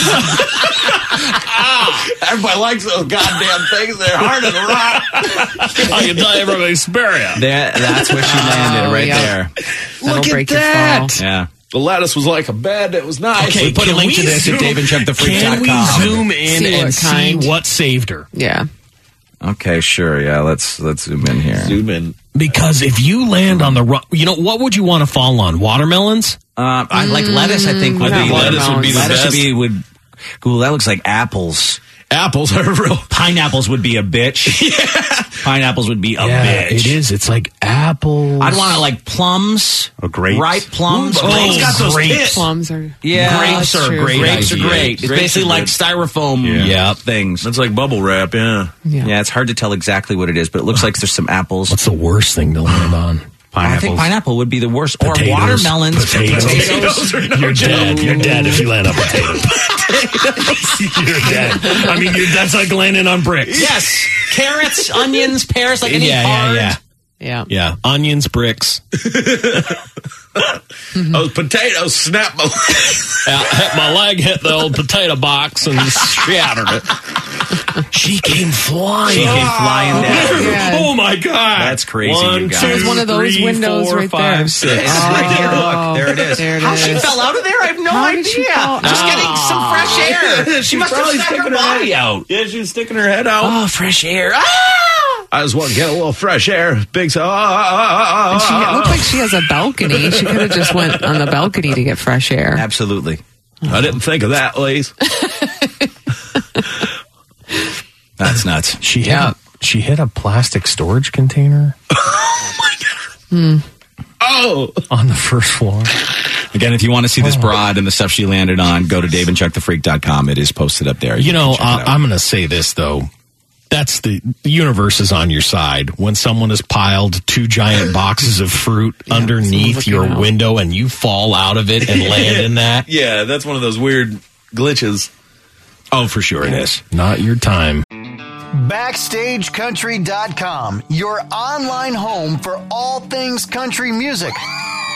[SPEAKER 3] Ah.
[SPEAKER 1] Everybody likes those goddamn things. They're hard as a rock.
[SPEAKER 3] I can tell you from experience.
[SPEAKER 2] There, that's where she landed,
[SPEAKER 4] Oh,
[SPEAKER 2] right
[SPEAKER 4] yeah.
[SPEAKER 2] there.
[SPEAKER 4] That'll break your fall.
[SPEAKER 2] Yeah.
[SPEAKER 1] The lettuce was like a bed. It was nice.
[SPEAKER 3] Okay,
[SPEAKER 2] We put a
[SPEAKER 3] can
[SPEAKER 2] link to
[SPEAKER 3] we
[SPEAKER 2] this
[SPEAKER 3] zoom-
[SPEAKER 2] at
[SPEAKER 3] Can we
[SPEAKER 2] daveandchuckthefreak.com.
[SPEAKER 3] zoom in
[SPEAKER 4] See what
[SPEAKER 3] and see
[SPEAKER 4] kind.
[SPEAKER 3] what saved her?
[SPEAKER 4] Yeah.
[SPEAKER 2] Okay, sure. Yeah, let's let's zoom in here. Zoom
[SPEAKER 1] in.
[SPEAKER 3] Because if you land on the wrong, you know what would you want to fall on? Watermelons?
[SPEAKER 2] Uh, I like lettuce. I think would
[SPEAKER 3] I
[SPEAKER 2] be
[SPEAKER 3] think lettuce would be the
[SPEAKER 2] Lettuce would
[SPEAKER 3] best.
[SPEAKER 2] be- would- Ooh, that looks like apples.
[SPEAKER 1] Apples are real.
[SPEAKER 2] Pineapples would be a bitch. Pineapples would be a bitch.
[SPEAKER 3] it is. It's like apples.
[SPEAKER 2] I'd want to like plums,
[SPEAKER 7] Or grapes.
[SPEAKER 2] ripe plums.
[SPEAKER 1] Ooh, grapes got those pits.
[SPEAKER 4] Plums are.
[SPEAKER 2] Yeah,
[SPEAKER 4] Grapes
[SPEAKER 2] that's
[SPEAKER 4] are a
[SPEAKER 2] true.
[SPEAKER 4] great
[SPEAKER 2] Grapes
[SPEAKER 3] idea.
[SPEAKER 2] are great. It's
[SPEAKER 1] Grapes
[SPEAKER 2] basically
[SPEAKER 1] are
[SPEAKER 2] like
[SPEAKER 1] good.
[SPEAKER 2] styrofoam
[SPEAKER 3] Yeah.
[SPEAKER 2] things.
[SPEAKER 1] That's like bubble wrap, yeah.
[SPEAKER 4] Yeah.
[SPEAKER 2] Yeah, it's hard to tell exactly what it is, but it looks like there's some apples.
[SPEAKER 3] What's the worst thing to land on?
[SPEAKER 2] I think pineapple would be the worst, or
[SPEAKER 3] Potatoes.
[SPEAKER 2] watermelons.
[SPEAKER 3] Potatoes.
[SPEAKER 1] Potatoes are no
[SPEAKER 3] you're
[SPEAKER 1] joke.
[SPEAKER 3] dead. You're dead if you land on potatoes. you're dead. I mean, you're, that's like landing on bricks.
[SPEAKER 2] Yes, carrots, onions, pears, like any
[SPEAKER 3] yeah,
[SPEAKER 2] hard.
[SPEAKER 3] yeah.
[SPEAKER 4] Yeah.
[SPEAKER 3] Yeah, onions, bricks.
[SPEAKER 1] Those potatoes snap my
[SPEAKER 3] Uh, hit my leg hit the old potato box and shattered it. She came flying.
[SPEAKER 2] She came flying down.
[SPEAKER 4] Yeah.
[SPEAKER 3] Oh my god!
[SPEAKER 2] That's crazy, you
[SPEAKER 3] One,
[SPEAKER 2] guys.
[SPEAKER 3] two,
[SPEAKER 4] There's one of those
[SPEAKER 3] three,
[SPEAKER 4] windows
[SPEAKER 3] four,
[SPEAKER 4] right
[SPEAKER 3] five,
[SPEAKER 4] there. Oh.
[SPEAKER 3] six.
[SPEAKER 4] Uh,
[SPEAKER 2] It's right there. Look, there it is.
[SPEAKER 4] There it
[SPEAKER 2] How she
[SPEAKER 4] is.
[SPEAKER 2] fell out of there, I have no
[SPEAKER 4] How
[SPEAKER 2] idea.
[SPEAKER 4] did she fall-
[SPEAKER 2] Just
[SPEAKER 4] Oh.
[SPEAKER 2] getting some fresh air. She must have stuck her body out.
[SPEAKER 1] Yeah, she was sticking her head out.
[SPEAKER 2] Oh, fresh air. Ah!
[SPEAKER 1] I just want to get a little fresh air. Big. Oh, ah,
[SPEAKER 4] And she it looked like she has a balcony. She could have just went on the balcony to get fresh air.
[SPEAKER 2] Absolutely.
[SPEAKER 1] I didn't ah. think of that, ladies.
[SPEAKER 2] That's nuts.
[SPEAKER 3] She hit. A, she hit a plastic storage container Hmm.
[SPEAKER 1] Oh,
[SPEAKER 3] on the first floor.
[SPEAKER 2] Again, if you want to see this broad and the stuff she landed on, go to daveandchuckthefreak.com. It is posted up there.
[SPEAKER 3] You know,
[SPEAKER 2] can check it
[SPEAKER 3] uh,
[SPEAKER 2] out.
[SPEAKER 3] I'm going to say this though. That's the, the universe is on your side. When someone has piled two giant boxes of fruit underneath
[SPEAKER 4] looking
[SPEAKER 3] your
[SPEAKER 4] out.
[SPEAKER 3] window and you fall out of it and land in that,
[SPEAKER 1] yeah, that's one of those weird glitches.
[SPEAKER 2] oh, for sure it is.
[SPEAKER 3] not your time.
[SPEAKER 8] BackstageCountry.com, your online home for all things country music.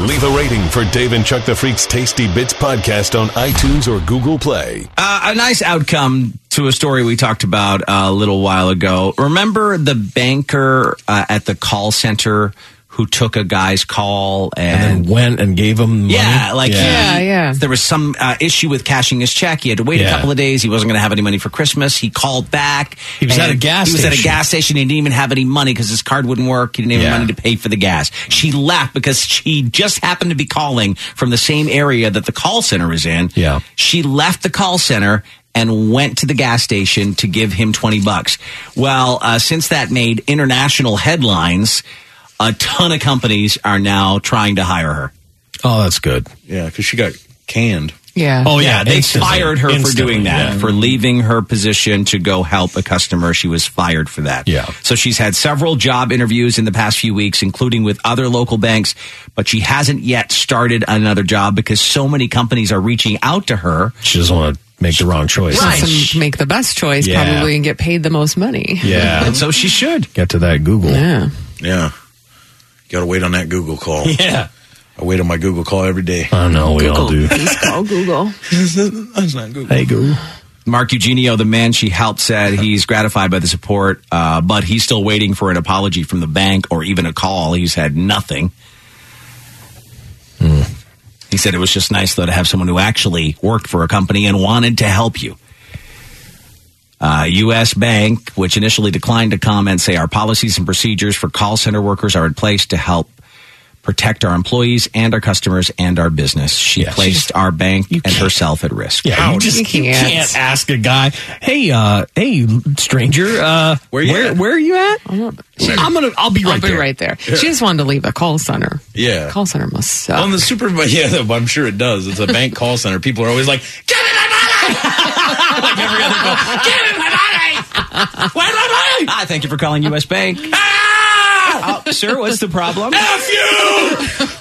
[SPEAKER 12] Leave a rating for Dave and Chuck the Freak's Tasty Bits podcast on iTunes or Google Play.
[SPEAKER 2] Uh, a nice outcome to a story we talked about uh, a little while ago. Remember the banker uh, at the call center who took a guy's call
[SPEAKER 3] And then went and gave him money.
[SPEAKER 2] Yeah, like
[SPEAKER 4] Yeah,
[SPEAKER 2] he-
[SPEAKER 4] yeah.
[SPEAKER 2] There was some uh, issue with cashing his check. He had to wait a
[SPEAKER 3] Yeah.
[SPEAKER 2] couple of days. He wasn't going to have any money for Christmas. He called back.
[SPEAKER 3] He was at
[SPEAKER 2] and
[SPEAKER 3] a gas
[SPEAKER 2] He was at a
[SPEAKER 3] station.
[SPEAKER 2] gas station. He didn't even have any money because his card wouldn't work. He didn't have
[SPEAKER 3] Yeah.
[SPEAKER 2] any money to pay for the gas. She left because she just happened to be calling from the same area that the call center is in.
[SPEAKER 3] Yeah.
[SPEAKER 2] She left the call center and went to the gas station to give him 20 bucks. Well, uh, since that made international headlines, a ton of companies are now trying to hire her.
[SPEAKER 3] oh, that's good.
[SPEAKER 1] Yeah, because she got canned.
[SPEAKER 4] Yeah.
[SPEAKER 3] Oh yeah,
[SPEAKER 2] They
[SPEAKER 3] instantly.
[SPEAKER 2] fired her for
[SPEAKER 3] Instantly,
[SPEAKER 2] doing that,
[SPEAKER 3] yeah.
[SPEAKER 2] for leaving her position to go help a customer. She was fired for that.
[SPEAKER 3] Yeah.
[SPEAKER 2] So she's had several job interviews in the past few weeks, including with other local banks, but she hasn't yet started another job because so many companies are reaching out to her.
[SPEAKER 3] She doesn't want to make the wrong choice.
[SPEAKER 2] Right.
[SPEAKER 4] Some make the best choice
[SPEAKER 3] Yeah.
[SPEAKER 4] probably and get paid the most money.
[SPEAKER 3] Yeah,
[SPEAKER 2] And so she should.
[SPEAKER 3] get to that Google.
[SPEAKER 4] Yeah.
[SPEAKER 1] Yeah, got to wait on that Google call.
[SPEAKER 3] Yeah.
[SPEAKER 1] I wait on my Google call every day.
[SPEAKER 3] I know we all do.
[SPEAKER 4] Please call Google.
[SPEAKER 1] That's not Google.
[SPEAKER 3] Hey Google.
[SPEAKER 2] Mark Eugenio, the man she helped, said he's gratified by the support, uh, but he's still waiting for an apology from the bank or even a call. He's had nothing.
[SPEAKER 3] Hmm.
[SPEAKER 2] He said it was just nice, though, to have someone who actually worked for a company and wanted to help you. Uh, U.S. Bank, which initially declined to comment, say our policies and procedures for call center workers are in place to help protect our employees and our customers and our business. She
[SPEAKER 3] Yeah, she
[SPEAKER 2] placed
[SPEAKER 3] just-
[SPEAKER 2] our bank and
[SPEAKER 3] can't-
[SPEAKER 2] herself at risk.
[SPEAKER 3] Yeah, you just
[SPEAKER 4] You
[SPEAKER 3] you can't.
[SPEAKER 4] can't.
[SPEAKER 3] ask a guy, "Hey, uh, hey, stranger, uh,
[SPEAKER 1] Where you
[SPEAKER 3] where,
[SPEAKER 1] at?"
[SPEAKER 3] where are you at?" I'm gonna, I'll be right
[SPEAKER 4] I'll be
[SPEAKER 3] there.
[SPEAKER 4] right there. She just wanted to leave a call center.
[SPEAKER 1] Yeah.
[SPEAKER 4] Call center must suck.
[SPEAKER 1] On the super, yeah, I'm sure it does. It's a bank call center. People are always like, "Get it,
[SPEAKER 2] Ah, thank you for calling U.S. Bank.
[SPEAKER 1] Uh,
[SPEAKER 2] Oh, sir, what's the problem?
[SPEAKER 1] F you!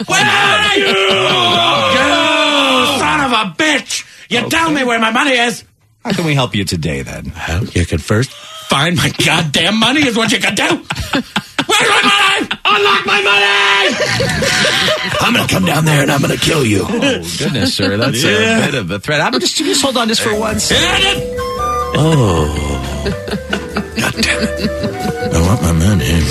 [SPEAKER 1] Where are you? You son of a bitch! You tell me where my money is!
[SPEAKER 2] How can we help you today, then?
[SPEAKER 1] Well, you could first find my goddamn money is what you could do! Where's my money? Unlock my money! I'm going to come down there and I'm going to kill you. Oh, goodness, sir. That's
[SPEAKER 5] Yeah.
[SPEAKER 1] a bit of a threat. I'm just, just hold on just for once.
[SPEAKER 5] Oh. God damn it. I want my money.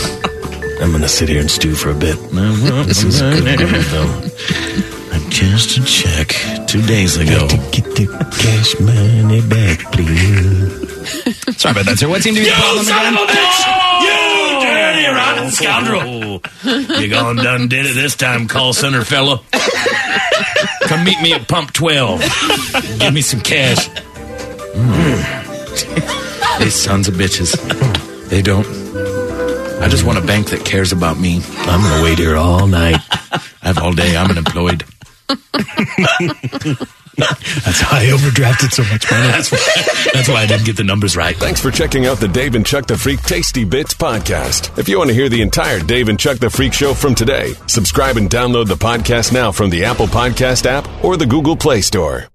[SPEAKER 5] I'm going to sit here and stew for a bit. I want
[SPEAKER 6] This
[SPEAKER 5] my
[SPEAKER 6] is good
[SPEAKER 5] money,
[SPEAKER 6] money.
[SPEAKER 5] though. I cashed a check two days ago.
[SPEAKER 6] Get the cash money back, please.
[SPEAKER 1] Sorry about that, sir. What seemed to be the problem again?
[SPEAKER 5] You dirty rotten scoundrel! Oh, You gone done did it this time, call center fella. Come meet me at pump 12. Give me some cash. Mm. These sons of bitches. They don't. I just want a bank that cares about me. I'm going to wait here all night. I have all day. I'm unemployed.
[SPEAKER 6] That's how I overdrafted so much money.
[SPEAKER 5] That's why, that's why I didn't get the numbers right.
[SPEAKER 3] Thanks for checking out the Dave and Chuck the Freak Tasty Bits podcast. If you want to hear the entire Dave and Chuck the Freak show from today, subscribe and download the podcast now from the Apple Podcast app or the Google Play Store.